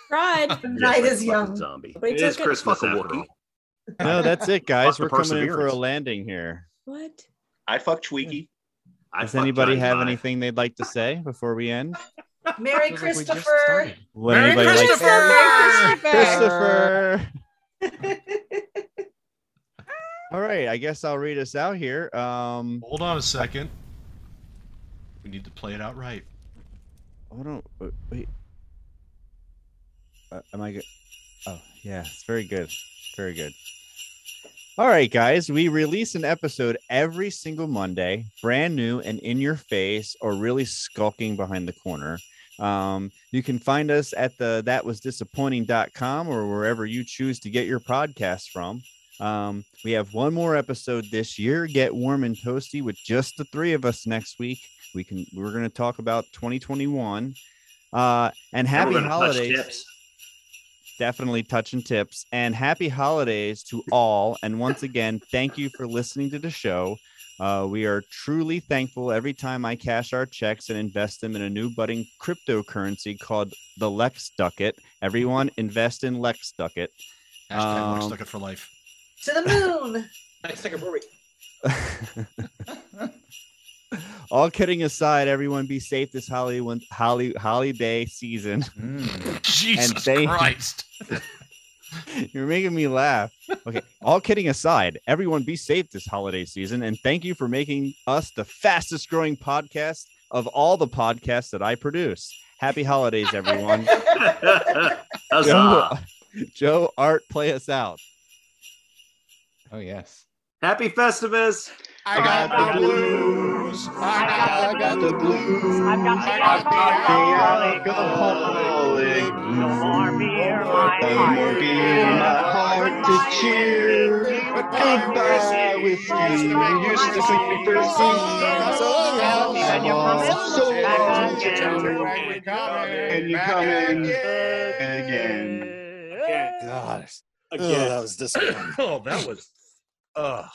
Speaker 12: Pride.
Speaker 8: night is young.
Speaker 3: Zombie.
Speaker 12: But
Speaker 3: It
Speaker 12: it's
Speaker 3: is
Speaker 12: okay.
Speaker 3: Christmas
Speaker 12: Fuck a
Speaker 3: after all.
Speaker 6: No, that's it, guys.
Speaker 3: Fuck the
Speaker 6: We're coming in for a
Speaker 3: perseverance.
Speaker 6: landing here.
Speaker 12: What?
Speaker 5: I fuck Tweaky.
Speaker 6: Does anybody have
Speaker 5: any?
Speaker 6: anything they'd like to say before we end?
Speaker 8: Merry Christopher.
Speaker 6: Would
Speaker 17: Merry
Speaker 6: anybody like to-
Speaker 17: Christopher!
Speaker 6: Christopher. All right, I guess I'll read us out here. Um,
Speaker 7: Hold on a second. We need to play it out right.
Speaker 6: Hold on. w- Wait. Uh, am I good? Oh, yeah. It's very good. Very good. All right, guys, we release an episode every single Monday, brand new and in your face, or really skulking behind the corner. Um, you can find us at the that was disappointing.com or wherever you choose to get your podcast from. Um, we have one more episode this year, get warm and toasty with just the three of us next week. We can we're going to talk about 2021. Uh, and
Speaker 3: And
Speaker 6: happy
Speaker 3: we're gonna touch
Speaker 6: holidays
Speaker 3: tips.
Speaker 6: definitely touching tips and happy holidays to all and once again thank you for listening to the show uh, we are truly thankful every time i cash our checks and invest them in a new budding cryptocurrency called the lex ducket everyone invest in lex ducket Um,
Speaker 7: Hashtag Lex Ducket for life
Speaker 8: To the moon.
Speaker 4: Next second brewery.
Speaker 6: all kidding aside everyone be safe this hollywood holly holiday season
Speaker 7: Jesus Christ.
Speaker 6: You're making me laugh. Okay, all kidding aside, everyone be safe this holiday season and thank you for making us the fastest growing podcast of all the podcasts that I produce. Happy holidays, everyone. Joe,
Speaker 3: Huzzah.
Speaker 6: Joe Art, play us out.
Speaker 9: Oh, yes.
Speaker 3: Happy Festivus.
Speaker 17: I got the blues. I got the blues. I got the alcoholic. No more beer, my heart. No more beer, my heart to cheer. Goodbye, whiskey. You used to sing me for me. So long, so long, and you're coming again.
Speaker 19: God.
Speaker 17: Again.
Speaker 19: Ugh, that was disappointing. oh, that was. Ugh.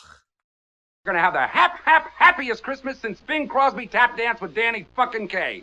Speaker 20: We're gonna have the hap hap happiest Christmas since Bing Crosby tap danced with Danny fucking K.